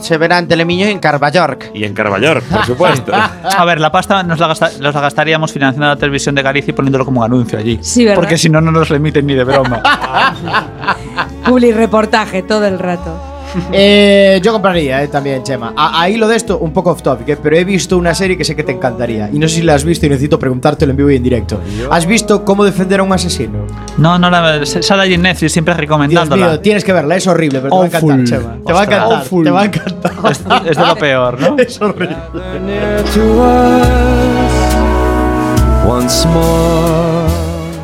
Se verá en Telemiño y en Carballark. Y en Carballar, por supuesto. A ver, la pasta nos la, gasta- nos la gastaríamos financiando la televisión de Galicia y poniéndolo como anuncio allí. Sí, ¿verdad? Porque si no, no nos lo emiten ni de broma. Publi reportaje todo el rato. Eh, yo compraría eh, también, Chema. A- ahí lo de esto, un poco off topic, eh, pero he visto una serie que sé que te encantaría. Y no sé si la has visto y necesito preguntártelo en vivo y en directo. ¿Has visto cómo defender a un asesino? No, no, la, sale allí en Netflix, siempre Dios recomendándola. mío, tienes que verla, es horrible, pero te va a Awful. encantar, Chema. Te va a Ostras. encantar, Awful. te va a encantar. Es de lo peor, ¿no? es horrible. Once more.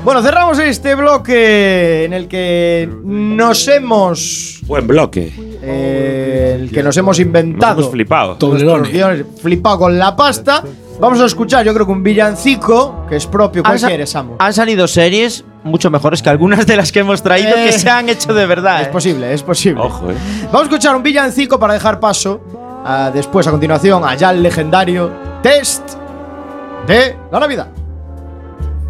Bueno, cerramos este bloque en el que nos hemos. Buen bloque. eh, el que nos hemos Nos inventado. hemos flipado. Nuestros guiones, Flipado con la pasta. Vamos a escuchar, yo creo que un villancico que es propio. ¿Cuál Han sa- quieres, Samu? Han salido series mucho mejores que algunas de las que hemos traído Eh. que se han hecho de verdad. ¿eh? Es posible, es posible. Ojo, eh. Vamos a escuchar un villancico para dejar paso a, después, a continuación, allá al legendario test de la Navidad.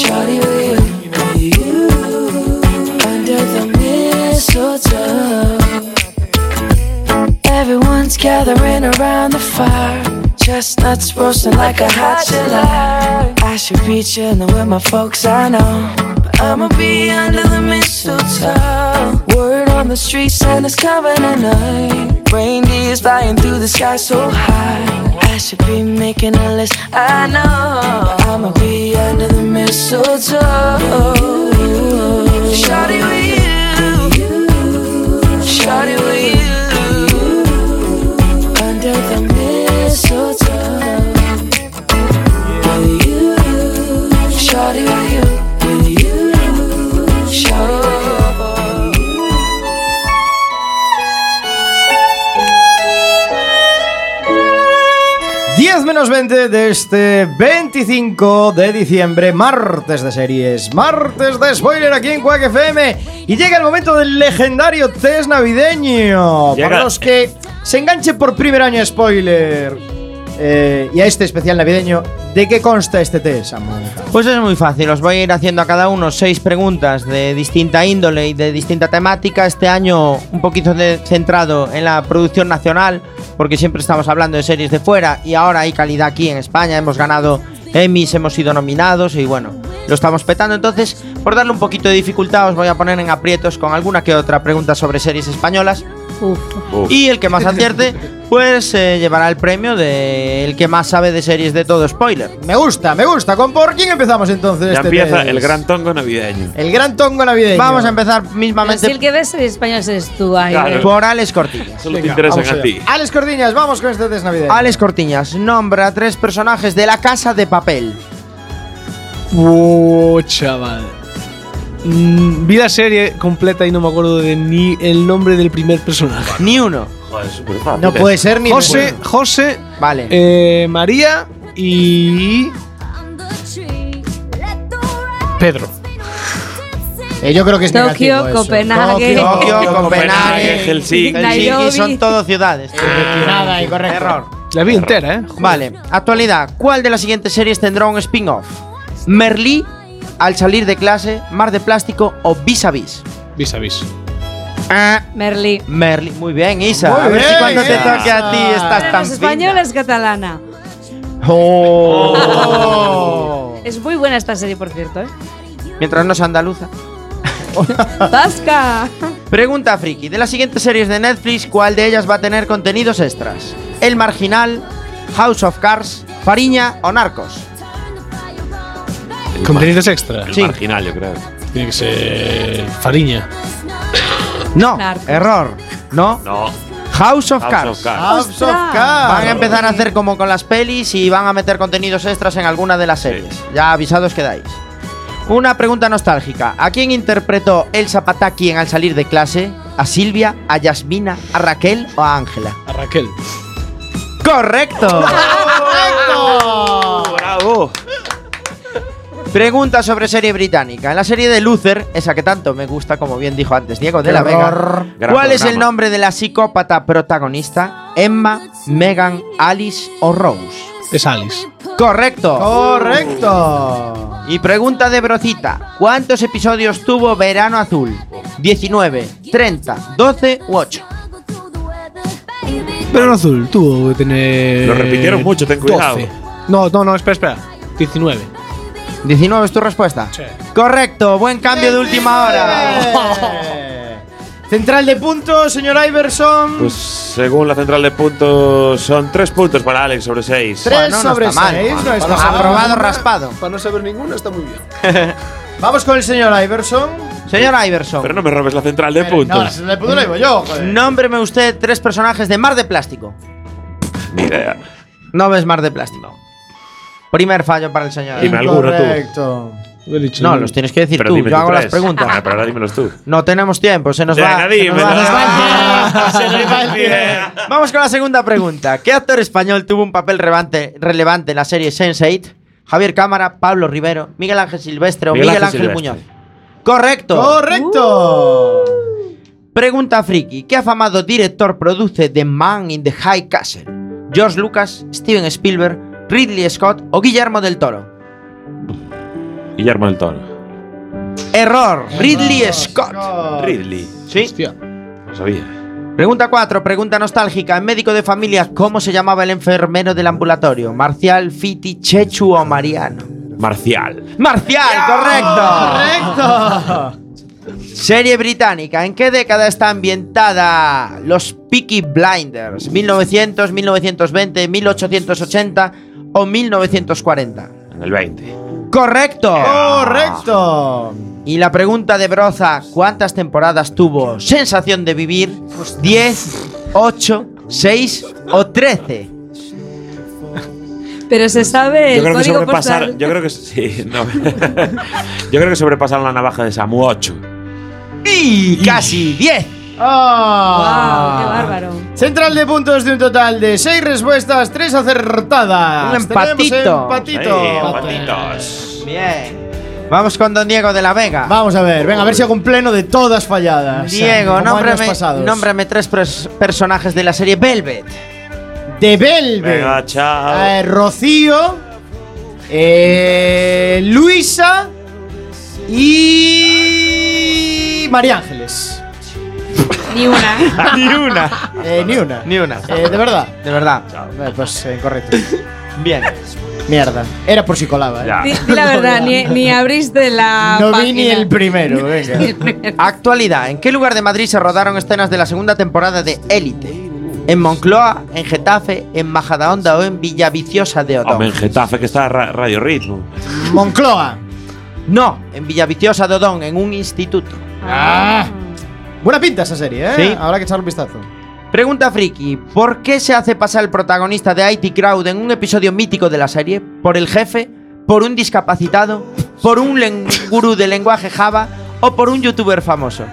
Shawty with you, with you, under the mistletoe. Everyone's gathering around the fire, chestnuts roasting like a hot July. I should be chilling with my folks, I know, but I'ma be under the mistletoe. Word on the street, Santa's coming tonight. Reindeer's flying through the sky so high. I should be making a list, I know, but I'ma be under the mistletoe. Shawty with you. Shawty with you under the mistletoe. With you, shawty with you, with you, shawty with you. ¡10 menos 20 de este 25 de diciembre, martes de series, martes de spoiler aquí en Quack FM. Y llega el momento del legendario test navideño. Para Llega- los que se enganchen por primer año a spoiler eh, y a este especial navideño, ¿de qué consta este test, Samu? Pues es muy fácil, os voy a ir haciendo a cada uno seis preguntas de distinta índole y de distinta temática. Este año un poquito de- centrado en la producción nacional, porque siempre estamos hablando de series de fuera y ahora hay calidad aquí en España. Hemos ganado Emmys, hemos sido nominados y bueno, lo estamos petando. Entonces, por darle un poquito de dificultad, os voy a poner en aprietos con alguna que otra pregunta sobre series españolas. Y el que más acierte, pues eh, llevará el premio de el que más sabe de series de todo spoiler. Me gusta, me gusta. ¿Con por quién empezamos entonces Ya este empieza test? el gran tongo navideño. El gran tongo navideño. Vamos a empezar Pero mismamente si el que ves en español eres tú, ahí. Claro. por Alex Cortiñas. Solo te Venga, vamos interesan a allá. ti. Alex Cordiñas, vamos con este test navideño. Alex Cortiñas nombra a tres personajes de la casa de papel. Wow, chaval. Mm, vi la serie completa y no me acuerdo de ni el nombre del primer personaje. Ni uno. Joder, es súper fácil. No puede ser ni José, ninguno. José, Vale. eh, María y Pedro. Eh, yo creo que es Tokio, negativo eso. Copenhague. Tokio, Tokio, Copenhague, Helsinki. Helsinki, son todas ciudades. Nada, incorrecto. Error. La vi entera, ¿eh? Vale, actualidad. ¿Cuál de las siguientes series tendrá un spin-off? Merlí, Al salir de clase, Mar de Plástico o Vis a Vis. Vis a vis. Ah, Merlí. Merlí. Muy bien, Isa. Muy a ver si bien, cuando te Isa. toque a ti estás Para tan los fina. españoles, catalana. Oh. Es muy buena esta serie, por cierto. ¿eh? Mientras no sea andaluza. ¡Vasca! Pregunta friki. De las siguientes series de Netflix, ¿cuál de ellas va a tener contenidos extras? El Marginal, House of Cards, Fariña o Narcos. Contenidos extra. El marginal, yo creo. Tiene que ser. Fariña. No, Narcos. error. No. No. House of House Cards. of Cards. House of Cards. Ah. Van a empezar a hacer como con las pelis y van a meter contenidos extras en alguna de las series. Ya avisados quedáis. Una pregunta nostálgica. ¿A quién interpretó Elsa Pataki en Al salir de clase? ¿A Silvia, a Yasmina, a Raquel o a Ángela? A Raquel. ¡Correcto! Ah, ¡Bravo! Pregunta sobre serie británica. En la serie de Luther, esa que tanto me gusta, como bien dijo antes Diego de la Vega, Gran ¿cuál es programa. el nombre de la psicópata protagonista? ¿Emma, Megan, Alice o Rose? Es Alice. Correcto. Correcto. Y pregunta de Brocita. ¿Cuántos episodios tuvo Verano Azul? 19, 30, 12 u 8. Verano Azul, tuvo que tener. Eh, Lo repitieron mucho, ten cuidado. 12. No, no, no, espera, espera. 19. 19 es tu respuesta. Correcto, buen cambio de última hora. Central de puntos, señor Iverson. Pues según la central de puntos, son tres puntos para Alex sobre seis. Tres sobre seis, no está mal. Aprobado, raspado. Para no saber ninguno está muy bien. Vamos con el señor Iverson. Señor Iverson. Pero no me robes la central de Pues No, la puntos. central de puntos la llevo yo, joder. Nómbreme usted tres personajes de Mar de Plástico. Ni idea. No ves Mar de Plástico. Primer fallo para el señor. Dime alguno tú. Correcto. No, los tienes que decir Pero tú. dime Yo hago las tres. Ah, preguntas. pero ahora dímelos tú. No tenemos tiempo, se nos Venga, va. se dime. nos va. ¿no? Nos va el tiempo. Se nos va el día. Vamos con la segunda pregunta. ¿Qué actor español tuvo un papel relevante, relevante en la serie Sense8? Javier Cámara, Pablo Rivero, Miguel Ángel Silvestre o Miguel, Miguel Ángel, Ángel Muñoz. Silvestre. Correcto. Uh. Correcto. Pregunta friki. ¿Qué afamado director produce The Man in the High Castle? George Lucas, Steven Spielberg, Ridley Scott o Guillermo del Toro. Guillermo del Toro. Error. Ridley Scott. Ridley. Sí. Hostia. No sabía. Pregunta 4, pregunta nostálgica. En médico de familia, ¿cómo se llamaba el enfermero del ambulatorio? ¿Marcial, Fiti, Chechu o Mariano? Marcial. ¡Marcial! ¡Correcto! Correcto. Serie británica. ¿En qué década está ambientada Los Peaky Blinders? ¿1900, 1920, 1880 o 1940? En el 20. ¡Correcto! Correcto. Y la pregunta de Broza, ¿cuántas temporadas tuvo Sensación de Vivir? ¿10, 8, 6 o 13? Pero se sabe el Yo creo que código sobrepasar. postal. Yo creo que. Sí, no. yo creo que sobrepasaron la navaja de Samu 8. Y casi 10. Ah. Guau, ¡Qué bárbaro! Central de puntos de un total de seis respuestas, tres acertadas. Un empatito. Tenemos empatito. patitos. Bien. Vamos con don Diego de la Vega. Vamos a ver, venga, a ver si hago un pleno de todas falladas. Diego, Como años nómbrame, pasados. nómbrame tres pres- personajes de la serie Velvet. De Velvet. Venga, chao. Eh, Rocío. eh, Luisa. Y. María Ángeles. Ni una. ni una. Eh, ni una. Ni una. Eh, de verdad. De verdad. Eh, pues eh, incorrecto. Bien. Mierda. Era por si colaba, eh. Ya. Di, di la verdad, ni, ni abriste la. No vi página. ni el primero, venga. Actualidad. ¿En qué lugar de Madrid se rodaron escenas de la segunda temporada de Élite? ¿En Moncloa, en Getafe, en Majadahonda o en Villaviciosa de Odón? Hombre, en Getafe que está ra- Radio Ritmo. Moncloa. No, en Villaviciosa de Odón, en un instituto. Ah. Buena pinta esa serie, ¿eh? Sí. Habrá que echarle un vistazo. Pregunta friki, ¿por qué se hace pasar el protagonista de IT Crowd en un episodio mítico de la serie? ¿Por el jefe? ¿Por un discapacitado? ¿Por un len- gurú de lenguaje Java? ¿O por un youtuber famoso?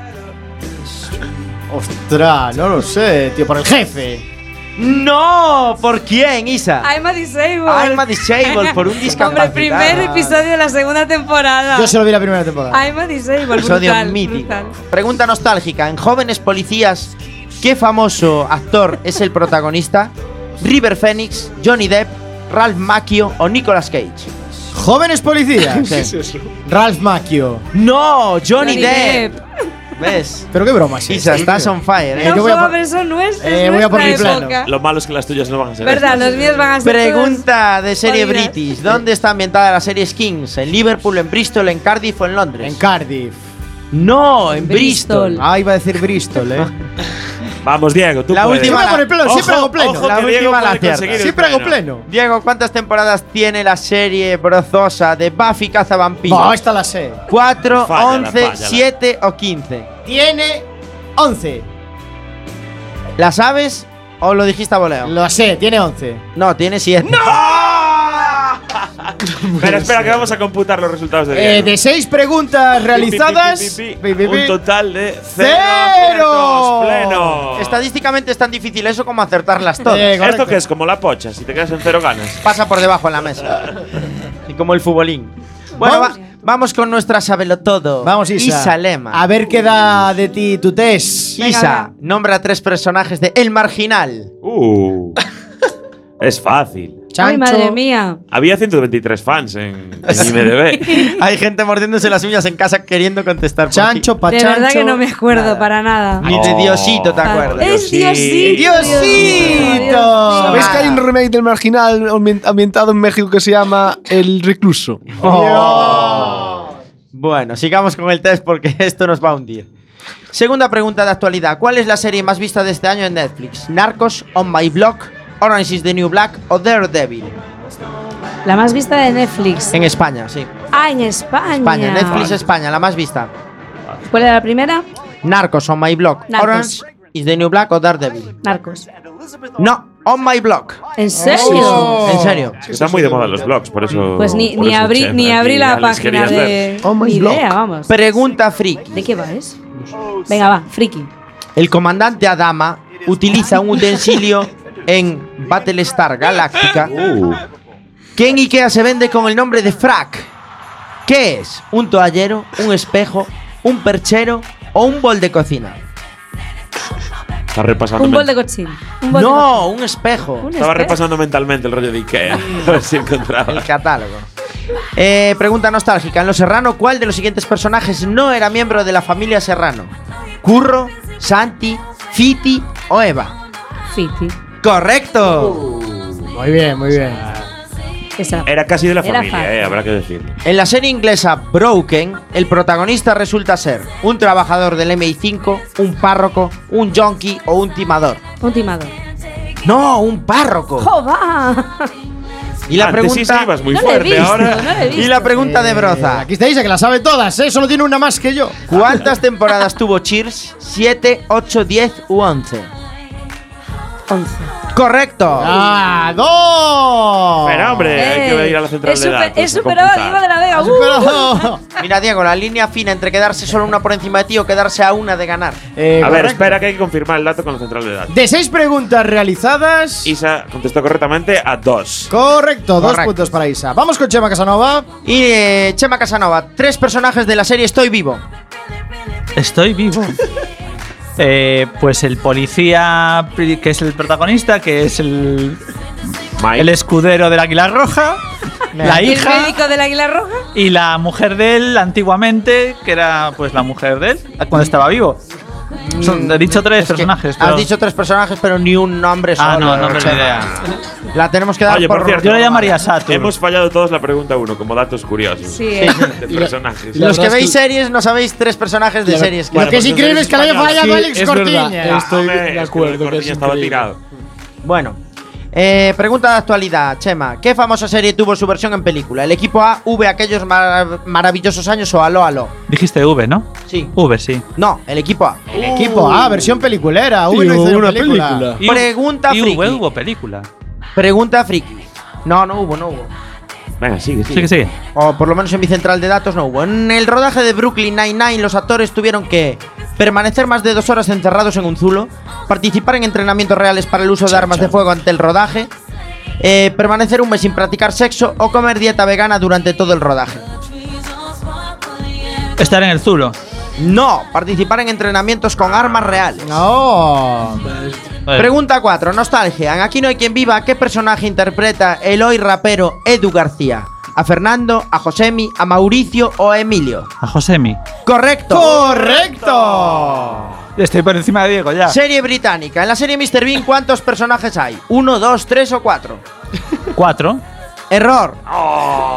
Ostras, no lo sé, tío, por el jefe. ¡No! ¿Por quién, Isa? I'm a disabled. I'm a disabled, por un discapacitado. Hombre, primer episodio de la segunda Ah. temporada. Yo se lo vi la primera temporada. I'm a disabled. Episodio brutal, mítico. brutal. Pregunta nostálgica, en Jóvenes Policías, ¿qué famoso actor es el protagonista? ¿River Phoenix, Johnny Depp, Ralph Macchio o Nicolas Cage? Jóvenes policías. ¿Qué es Ralph Macchio. ¡No! ¡Johnny, Johnny Depp! Depp. ¿Ves? Pero qué broma, sí. Isa, estás on fire, Eh, ¿eh? No, yo voy a por- pero eso no es, es Eh, voy a por mi nuestra plano. época. Lo malo es que las tuyas no van a ser. ¿Verdad? estas. Los míos van a ser. Pregunta de serie Jodidas. British. ¿Dónde está ambientada la serie Skins? ¿En Liverpool, en Bristol, en Cardiff o en Londres? En Cardiff. no, en Bristol. Bristol. Ah, iba a decir Bristol, eh. Vamos, Diego, tú La puedes. última- Iba por el pleno, Ojo, siempre hago pleno. ojo, La que Diego última la puede acierta. conseguir el siempre hago pleno. Diego, ¿cuántas temporadas tiene la serie brozosa de Buffy Cazavampiros? No, esta la sé. 4, Fállala, 11, fállala. 7 o 15. Tiene 11. ¿La sabes o lo dijiste a voleo? Lo sé, tiene 11. No, tiene 7. Pero espera, que vamos a computar los resultados de Eh, Diego. de seis preguntas realizadas. pi, pi, pi. Un total de cero, ¡Cero! aciertos, pleno. Estadísticamente es tan difícil eso como acertarlas todas. Esto que es como la pocha, si te quedas en cero ganas. Pasa por debajo de la mesa. y como el futbolín. Bueno, va- vamos con nuestra sabelotodo. Vamos, Isa. Isa Lema. A ver qué da de ti tu test. Isa, nombra tres personajes de El Marginal. Uh. es fácil. Ay, madre mía. Había 123 fans en, en IMDb. Hay gente mordiéndose las uñas en casa queriendo contestar. Chancho, De verdad que no me acuerdo para nada. Ni de Diosito te Ah, acuerdas. Es Diosito. Diosito. Diosito. ¿Sabéis que hay un remake del marginal ambien- ambientado en México que se llama El Recluso? Bueno, sigamos con el test porque esto nos va a hundir. Segunda pregunta de actualidad. ¿Cuál es la serie más vista de este año en Netflix? ¿Narcos, On My Block, Orange is the New Black o Daredevil? La más vista de Netflix. En España, sí. Ah, en España. España, Netflix España, la más vista. ¿Cuál era la primera? Narcos, On My Block, Narcos. Orange is the New Black o Daredevil. Narcos. No, On My Block. ¿En serio? Oh. En serio. Es que Están muy de moda los blogs, por eso. Pues ni, por ni eso abrí, che, ni aquí abrí la ya les página querías ver. de. Oh Ni idea, vamos. Pregunta friki. ¿De qué va, es? Venga, va, friki. El comandante Adama utiliza un utensilio en Battlestar Galáctica Uh, que en Ikea se vende con el nombre de frac. ¿Qué es? ¿Un toallero, un espejo, un perchero o un bol de cocina? Está repasando Un bol men- de ¿eh? cochino. No, un espejo. Estaba repasando mentalmente el rollo de Ikea. A ver si encontraba. El catálogo. Eh, pregunta nostálgica. En Los Serrano, ¿cuál de los siguientes personajes no era miembro de la familia Serrano? ¿Curro, Santi, Fiti o Eva? Fiti. ¡Correcto! Muy bien, muy bien. Era casi de la Era familia, fácil. eh, habrá que decirlo. En la serie inglesa Broken, el protagonista resulta ser un trabajador del MI5, un párroco, un yonki o un timador. Un timador. No, un párroco. ¡Jova! Y la Antes sí pregunta escribas muy No le he fuerte, visto, ahora- no le he Y visto. la pregunta de Broza. Eh, Aquí está Isa, que la sabe todas, ¿eh? Solo tiene una más que yo. ¿Cuántas temporadas tuvo Cheers? ¿7, 8, 10 u 11? 11. ¡Correcto! ¡Ah, dos! Pero hombre, hay que ir a la central Eh, es de super- datos. es a superado a computar. Diego de la Vega. Ha ¡uh! superado. Mira, Diego, la línea fina entre quedarse solo una por encima de ti o quedarse a una de ganar. Eh, A ver, correcto. espera que hay que confirmar el dato con la central de datos. De seis preguntas realizadas. Isa contestó correctamente a dos. Correcto, dos Correcto. puntos para Isa. Vamos con Chema Casanova. Y eh, Chema Casanova, tres personajes de la serie Estoy Vivo. Estoy vivo. Eh, pues el policía pri- que es el protagonista, que es el, el escudero del Águila Roja, la ¿Y ¿El hija médico del Águila Roja? y la mujer de él antiguamente, que era pues la mujer de él cuando estaba vivo. Son, he dicho tres personajes. pero- Has dicho tres personajes, pero ni un nombre solo. ah, no, no me Chema. idea. La tenemos que dar Oye, por, cierto, yo la llamaría Saturn. Hemos fallado todos la pregunta uno, como datos curiosos. Sí, eh. De personajes. Los que veis series no sabéis tres personajes de Claro, series. bueno, Lo que es pues increíble eres es que la haya español. fallado Alex es verdad, Cortiña. estoy de acuerdo, que Cortiña es estaba increíble. tirado. Bueno, eh, pregunta de actualidad, Chema. ¿Qué famosa serie tuvo su versión en película? ¿El equipo A, V, aquellos marav- maravillosos años o Aló, Aló? Dijiste V, ¿no? Sí. V, sí. No, el equipo A. El equipo A, versión peliculera. Sí, Uy, no hubo hicieron una película. película. Y- Pregunta y friki. V hubo película. Pregunta friki. No, no hubo, no hubo. Venga, sigue, sigue. Sigue, sigue. O por lo menos en mi central de datos no hubo. En el rodaje de Brooklyn Nine-Nine, los actores tuvieron que permanecer más de dos horas encerrados en un zulo, participar en entrenamientos reales para el uso de armas de fuego ante el rodaje, eh, permanecer un mes sin practicar sexo o comer dieta vegana durante todo el rodaje. Estar en el Zulo. No, participar en entrenamientos con armas reales. Oh. No. Pregunta 4. Nostalgia. En Aquí no hay quien viva. ¿Qué personaje interpreta el hoy rapero Edu García? ¿A Fernando, a Josemi, a Mauricio o a Emilio? A Josemi. Correcto. Correcto. Estoy por encima de Diego ya. Serie británica. En la serie Mr. Bean, ¿cuántos personajes hay? ¿Uno, dos, tres o cuatro? Cuatro. Error.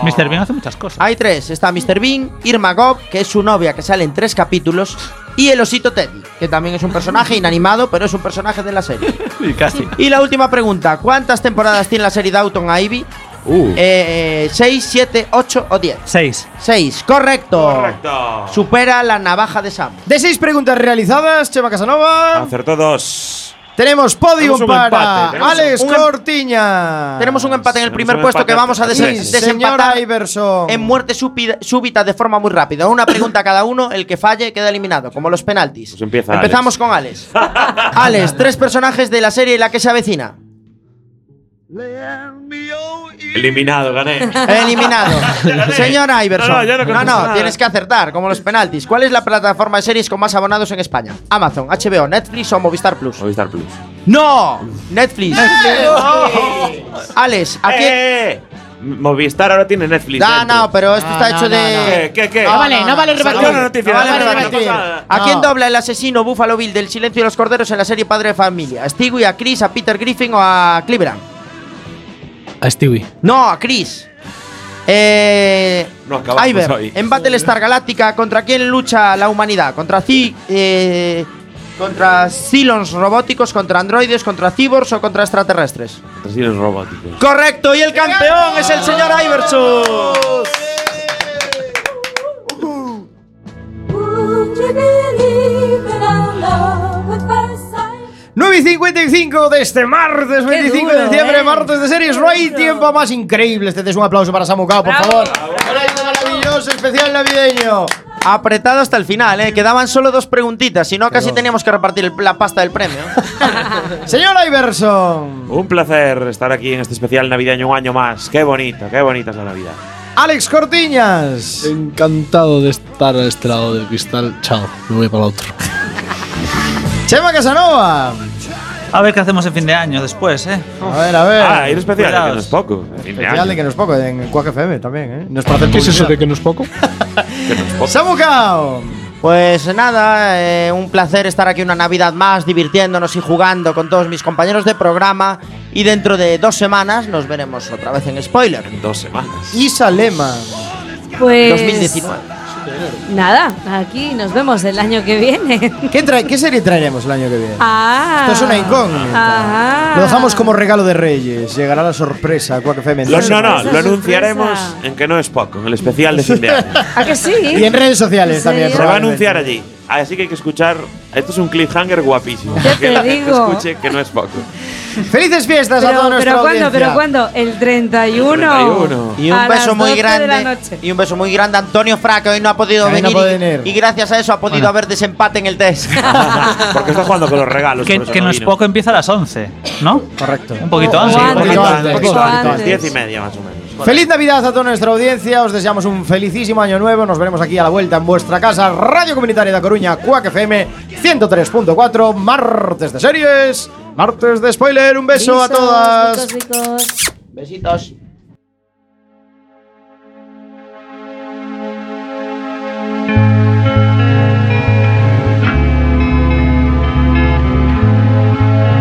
Mr. Bean hace muchas cosas. Hay tres. Está Mr. Bean, Irma Gob, que es su novia, que sale en tres capítulos, y el osito Teddy, que también es un personaje inanimado, pero es un personaje de la serie. Y casi. Y la última pregunta. ¿Cuántas temporadas tiene la serie Downton Ivy? Uh. Eh, 6, 7, 8 o 10. 6. 6, correcto. Correcto. Supera la navaja de Sam. De seis preguntas realizadas, Chema Casanova. Acertó dos. Tenemos podium Tenemos un para empate, tenemos Alex un em- Cortiña. Tenemos un empate en el primer puesto que vamos a des- Señora desempatar en muerte súpida- súbita de forma muy rápida. Una pregunta a cada uno, el que falle queda eliminado, como los penaltis. Pues empieza. Alex. Empezamos con Alex. Alex, tres personajes de la serie La que se avecina. Eliminado, gané. Eliminado. Señor Iverson. No, no, yo no contesto nada. tienes que acertar, como los penaltis. ¿Cuál es la plataforma de series con más abonados en España? Amazon, HBO, Netflix o Movistar Plus. Movistar Plus. ¡No! Netflix. Alex, ¿a quién? Eh, Movistar ahora tiene Netflix. Ah, dentro. no, pero esto está hecho de. ¿Qué, qué, qué? No vale, no vale rebatir. Salió la noticia, no vale rebatir. No pasa nada. ¿A No. quién dobla el asesino Buffalo Bill del Silencio de los Corderos en la serie Padre de Familia? ¿A Stewie, a Chris, a Peter Griffin o a Cleveland? A Stewie. No, a Chris. Eh. No acabamos Iver, hoy. en Battlestar Galáctica, ¿contra quién lucha la humanidad? ¿Contra Ci. eh, contra Cylons robóticos, contra androides, contra cyborgs o contra extraterrestres? Asesinos robóticos. Correcto, y el campeón es el señor Iverson. Cortiña. 9 y 55 de este martes 25 de duro, diciembre, eh. martes de series. No hay tiempo más increíble. Este es un aplauso para Samu Cao, por favor. maravilloso, especial navideño. Apretado hasta el final, ¿eh? Quedaban solo dos preguntitas, si no casi teníamos que repartir el- la pasta del premio. Señor Iverson. Un placer estar aquí en este especial navideño un año más. Qué bonito, qué bonita es la Navidad. Alex Cortiñas. Encantado de estar a este lado del cristal. Chao, me voy para el otro. Chema Casanova. A ver qué hacemos en fin de año después, ¿eh? A ver, a ver. Ah, y un especial, Cuidaos. que no es poco. Fin de Especial año. de que nos poco, en Cuac FM también, ¿eh? Nos ¿Qué es eso de que nos poco? ¡Samu Cao! Pues nada, eh, un placer estar aquí una Navidad más, divirtiéndonos y jugando con todos mis compañeros de programa. Y dentro de dos semanas nos veremos otra vez en spoiler. Dos semanas. Isa Lema. Pues 2019. nada, aquí nos vemos el año que viene. ¿Qué, trae- qué serie traeremos el año que viene? Ah. Esto es una incógnita. Ajá. Lo dejamos como regalo de Reyes. Llegará la sorpresa a Quack FM. Lo- no, no, Sorpresa, lo sorpresa. anunciaremos en que no es poco, en el especial de fin de año. ¿A que sí? Y en redes sociales también. Se va a anunciar allí. Así que hay que escuchar. Esto es un cliffhanger guapísimo. Ya que te la gente digo. escuche que no es poco. Felices fiestas a Pero, toda nuestra pero cuándo, audiencia. pero cuándo? El 31. Y un A las beso muy 12 de la grande. noche. Y un beso muy grande a Antonio Fra, que hoy no ha podido Que hoy venir. no puede y, venir. y gracias a eso ha podido haber desempate en el test. Porque está jugando con los regalos. Que, por eso que no es vino. poco, empieza a las 11, ¿no? Correcto. Un poquito O antes. antes, un poquito o antes. antes, Un poquito o antes, antes. Diez y media más o menos. Feliz Navidad a toda nuestra audiencia. Os deseamos un felicísimo año nuevo. Nos veremos aquí a la vuelta en vuestra casa. Radio Comunitaria de Coruña, Cuac FM 103.4. Martes de series. Martes de spoiler. Un beso a todas. Besos, ricos, ricos. Besitos.